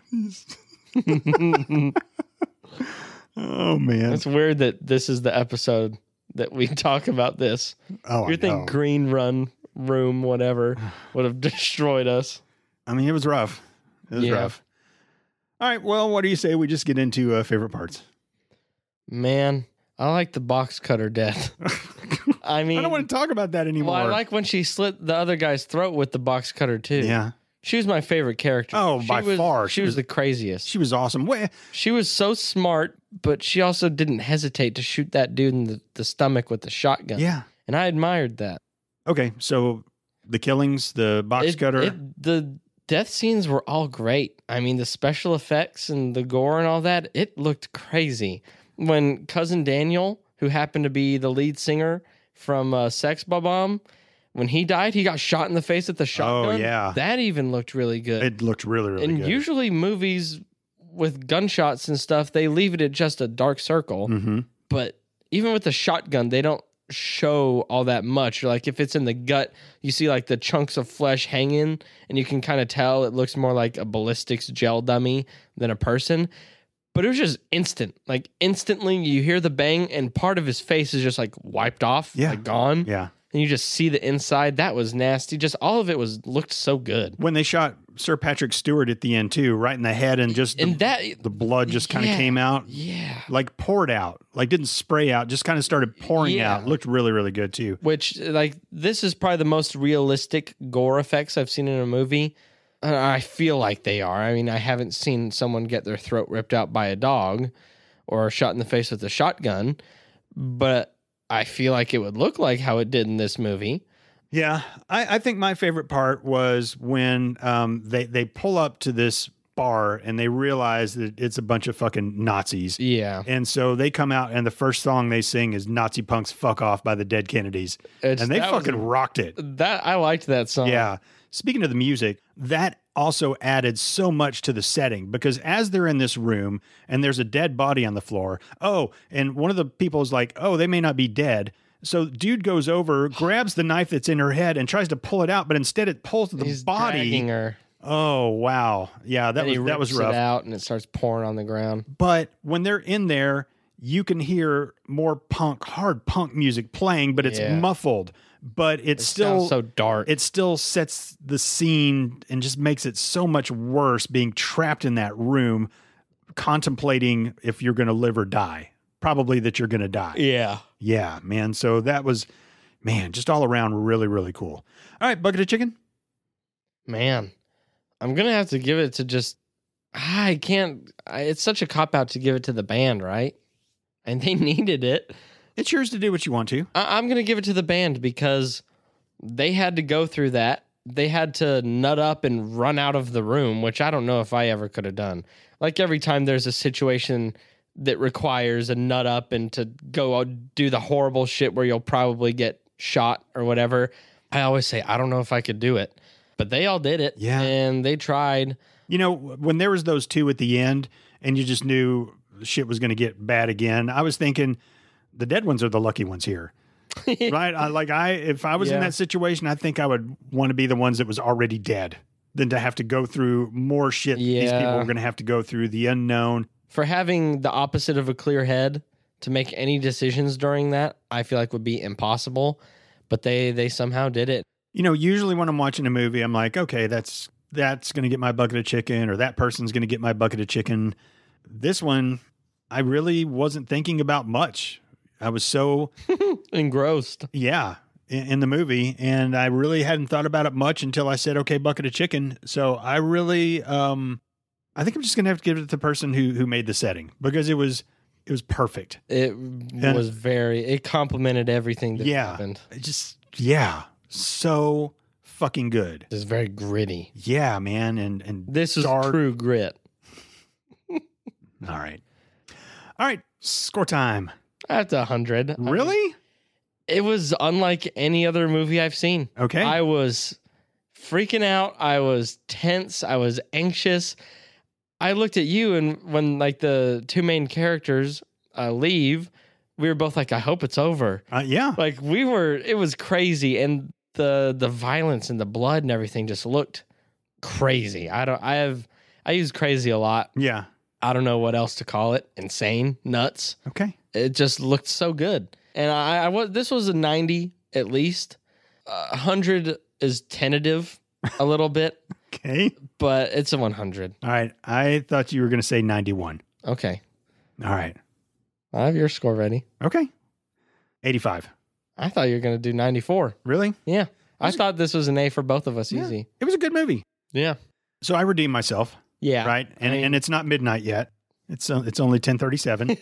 A: oh man.
B: It's weird that this is the episode that we *laughs* talk about this.
A: oh, I
B: you think
A: know. *sighs*
B: Green Run Room, whatever, would have destroyed us.
A: I mean, it was rough. It was
B: Yeah.
A: rough. All right. Well, what do you say we just get into uh, favorite parts? *laughs*
B: Man, I like the box cutter death. *laughs* I mean,
A: I don't want to talk about that anymore.
B: well, I like when she slit the other guy's throat with the box cutter too.
A: yeah,
B: She was my favorite character.
A: Oh,
B: She
A: by
B: was-
A: far.
B: She
A: She
B: was
A: was-
B: the craziest.
A: she was awesome. Wait,
B: She was so smart, but she also didn't hesitate to shoot that dude in the, the stomach with the shotgun.
A: yeah.
B: And I admired that.
A: Okay, so the killings, the box
B: It- uh,
A: cutter.
B: it- the death scenes were all great. I mean, the special effects and the gore and all that, it looked crazy. When cousin Daniel, who happened to be the lead singer from uh, Sex Bob Bomb, when he died, he got shot in the face with the shotgun.
A: Oh, yeah.
B: That even looked really good.
A: it looked really, really
B: and
A: good.
B: usually movies with gunshots and stuff, they leave it at just a dark circle.
A: hmm
B: But even with the shotgun, they don't show all that much. Like if it's in the gut, you see like the chunks of flesh hanging, and you can kind of tell it looks more like a ballistics gel dummy than a person. But it was just instant. Like instantly you hear the bang and part of his face is just like wiped off,
A: Yeah.
B: like gone.
A: Yeah.
B: And you just see the inside. That was nasty. Just all of it was looked so good.
A: When they shot Sir Patrick Stewart at the end too, right in the head, and just the,
B: And that
A: the blood just kind of
B: Yeah.
A: came out,
B: yeah.
A: like poured out, like didn't spray out, just kind of started pouring
B: Yeah.
A: out. Looked really, really good too.
B: which like this is probably the most realistic gore effects I've seen in a movie. And I feel like they are. I mean, I haven't seen someone get their throat ripped out by a dog or shot in the face with a shotgun, but I feel like it would look like how it did in this movie.
A: Yeah, I, I think my favorite part was when um, they they pull up to this bar and they realize that it's a bunch of fucking Nazis.
B: Yeah.
A: And so they come out, and the first song they sing is "Nazi Punks Fuck Off" by the Dead Kennedys,
B: It's-
A: and they
B: that was-
A: fucking rocked it.
B: that I liked that song.
A: Yeah. Speaking of the music, that also added so much to the setting because as they're in this room and there's a dead body on the floor, oh, and one of the people is like, oh, they may not be dead. So dude goes over, grabs the knife that's in her head and tries to pull it out, but instead it pulls the
B: He's dragging
A: body.
B: her.
A: Oh wow, yeah, that
B: and he
A: was that was
B: rips it
A: rough.
B: out and it starts pouring on the ground.
A: But when they're in there, you can hear more punk, hard punk music playing, but it's
B: Yeah.
A: muffled. But it's
B: It
A: still
B: sounds so dark.
A: it still sets the scene and just makes it so much worse being trapped in that room contemplating if you're going to live or die probably that you're going to die
B: yeah.
A: yeah man so that was man just all around really really cool all right bucket of chicken
B: Man, I'm gonna have to give it to just. I can't. I, it's such a cop out to give it to the band, right? And they *laughs* needed it.
A: it's yours to do what you want to
B: I, I'm gonna give it to the band because they had to go through that. They had to nut up and run out of the room, which I don't know if I ever could have done. Like every time there's a situation that requires a nut up and to go out do the horrible shit where you'll probably get shot or whatever. I always say I don't know if I could do it, but they all did it.
A: Yeah.
B: and they tried.
A: you know when there was those two at the end and you just knew shit was going to get bad again i was thinking the dead ones are the lucky ones here *laughs* right I, like i if i was in
B: Yeah.
A: that situation i think i would want to be the ones that was already dead than to have to go through more shit that these people
B: Yeah.
A: were going to have to go through the unknown
B: for having the opposite of a clear head to make any decisions during that i feel like would be impossible but they they somehow did it
A: you know usually when i'm watching a movie i'm like okay that's that's going to get my bucket of chicken or that person's going to get my bucket of chicken this one i really wasn't thinking about much i was so
B: engrossed
A: Yeah, in, in the movie, and I really hadn't thought about it much until I said, "Okay, bucket of chicken." So I really, um, I think I'm just gonna have to give it to the person who who made the setting because it was it was perfect.
B: it was very it complemented everything that
A: Yeah.
B: happened
A: It just yeah, so fucking good.
B: it was very gritty
A: Yeah, man, and and
B: this is
A: Dark.
B: true grit
A: all right, all right, score time.
B: that's a hundred I mean,
A: Really?
B: it was unlike any other movie i've seen
A: Okay.
B: I was freaking out. I was tense. I was anxious. I looked at you, and when like the two main characters uh, leave, we were both like, "I hope it's over."
A: Uh, yeah.
B: Like we were. It was crazy, and the the violence and the blood and everything just looked crazy. I don't. I have. I use crazy a lot.
A: Yeah.
B: I don't know what else to call it. Insane, nuts
A: Okay.
B: it just looked so good. And I, I was this was a ninety at least. A hundred is tentative a little bit, *laughs*
A: Okay.
B: but it's a 100.
A: All right. I thought you were going to say 91.
B: Okay.
A: All right.
B: I have your score ready.
A: Okay. 85.
B: I thought you were going to do 94.
A: Really?
B: Yeah. I
A: Was it-
B: thought this was an A for both of us.
A: Yeah.
B: Easy.
A: It was a good movie.
B: Yeah.
A: So I redeemed myself,
B: Yeah.
A: right? And
B: I mean-
A: and it's not midnight yet. It's uh, it's only
B: *laughs*
A: 10:37.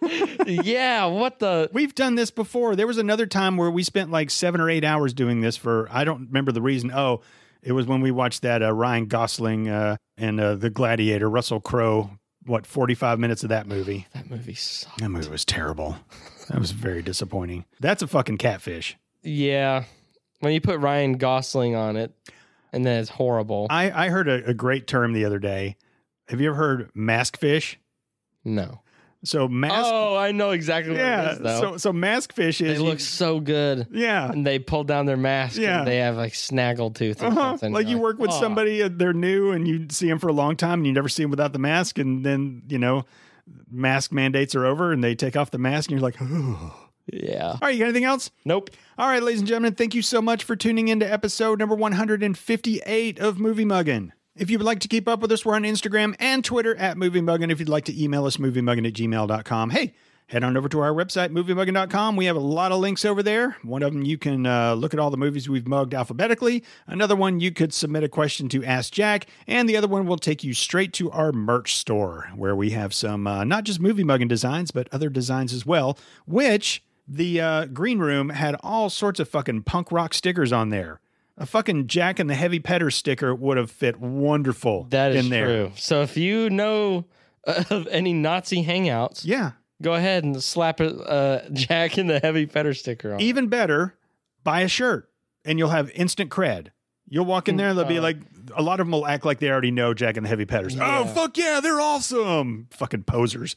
B: *laughs* yeah. What the? *laughs*
A: We've done this before. There was another time where we spent like 7 or 8 hours doing this for I don't remember the reason. Oh, it was when we watched that uh, Ryan Gosling uh, and uh, The Gladiator, Russell Crowe, what 45 minutes of that movie.
B: That movie sucked.
A: That movie was terrible. That was very disappointing. That's a fucking catfish.
B: Yeah. When you put Ryan Gosling on it, and then it's horrible.
A: I, I heard a, a great term the other day. Have you ever heard mask fish?
B: no.
A: So mask,
B: oh, I know exactly what it
A: yeah.
B: is, though.
A: So so mask fish
B: they
A: is
B: look so good.
A: yeah.
B: And they pull down their mask.
A: Yeah.
B: And they have like snaggle tooth or
A: Uh-huh.
B: something.
A: Like
B: You're
A: you work with
B: "Oh,
A: somebody, uh, they're new, and you see them for a long time, and you never see them without the mask, and then you know, mask mandates are over, and they take off the mask, and you're like, all
B: Yeah.
A: right, you got anything else?
B: Nope.
A: All right, ladies and gentlemen, thank you so much for tuning in to episode number 158 of Movie Muggin. If you would like to keep up with us, we're on Instagram and Twitter at Movie Muggin. If you'd like to email us, moviemuggin at gmail.com. Hey, head on over to our website, moviemuggin.com. We have a lot of links over there. One of them, you can uh, look at all the movies we've mugged alphabetically. Another one, you could submit a question to Ask Jack. And the other one will take you straight to our merch store, where we have some uh, not just Movie Muggin designs, but other designs as well, which the uh, green room had all sorts of fucking punk rock stickers on there. A fucking Jack and the Heavy Petter sticker would have fit wonderful
B: That is
A: in there.
B: true. So if you know of any Nazi hangouts,
A: Yeah.
B: go ahead and slap a uh, Jack in the heavy fetter sticker on.
A: Even better, buy a shirt and you'll have instant cred. You'll walk in there and they'll be
B: Uh,
A: like, a lot of them will act like they already know Jack and the Heavy Petters.
B: Yeah.
A: Oh, fuck yeah, they're awesome. Fucking posers.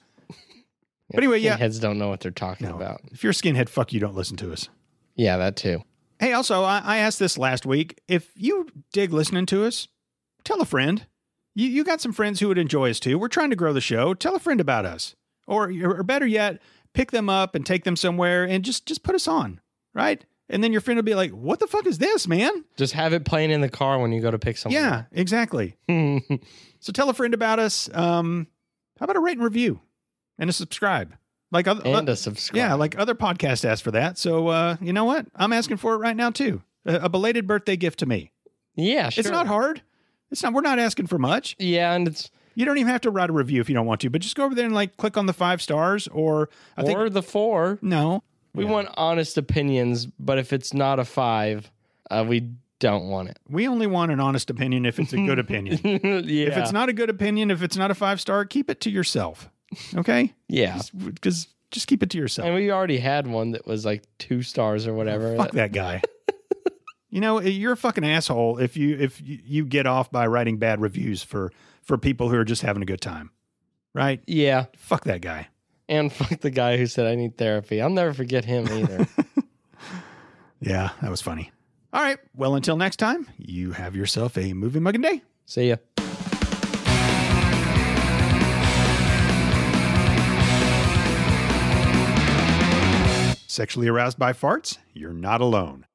A: But anyway, yeah.
B: heads don't know what they're talking
A: No.
B: about.
A: If you're a skinhead, fuck you, don't listen to us.
B: Yeah, that too.
A: Hey, also, I, I asked this last week. If you dig listening to us, tell a friend. You, you got some friends who would enjoy us too. We're trying to grow the show. Tell a friend about us, or, or better yet, pick them up and take them somewhere and just just put us on, right? And then your friend will be like, "What the fuck is this, man?"
B: Just have it playing in the car when you go to pick someone. *laughs*
A: Yeah, exactly.
B: Yeah.
A: So tell a friend about us. Um, how about a rate and review and a subscribe? Like other, uh,
B: and a subscribe.
A: yeah, like other podcasts ask for that. So uh, you know what? I'm asking for it right now too. A, a belated birthday gift to me.
B: yeah, sure.
A: It's not hard. It's not. We're not asking for much.
B: Yeah, and it's
A: You don't even have to write a review if you don't want to, but just go over there and like click on the five stars or I
B: or
A: think
B: the four.
A: no.
B: We
A: Yeah.
B: want honest opinions, but if it's not a five, uh, we don't want it.
A: We only want an honest opinion if it's a
B: *laughs*
A: good opinion. *laughs*
B: yeah.
A: If it's not a good opinion, if it's not a five star, keep it to yourself. Okay?
B: yeah.
A: Because just keep it to yourself.
B: And we already had one that was like two stars or whatever.
A: Fuck that
B: *laughs*
A: guy. you know, eh, you're a fucking asshole if you if you you get off by writing bad reviews for for people who are just having a good time. Right?
B: Yeah.
A: Fuck that guy.
B: And *laughs* fuck the guy who said I need therapy. I'll never forget him either.
A: Yeah, that was funny. All right. Well, until next time, you have yourself a movie mugging day.
B: See ya.
A: Sexually aroused by farts? You're not alone.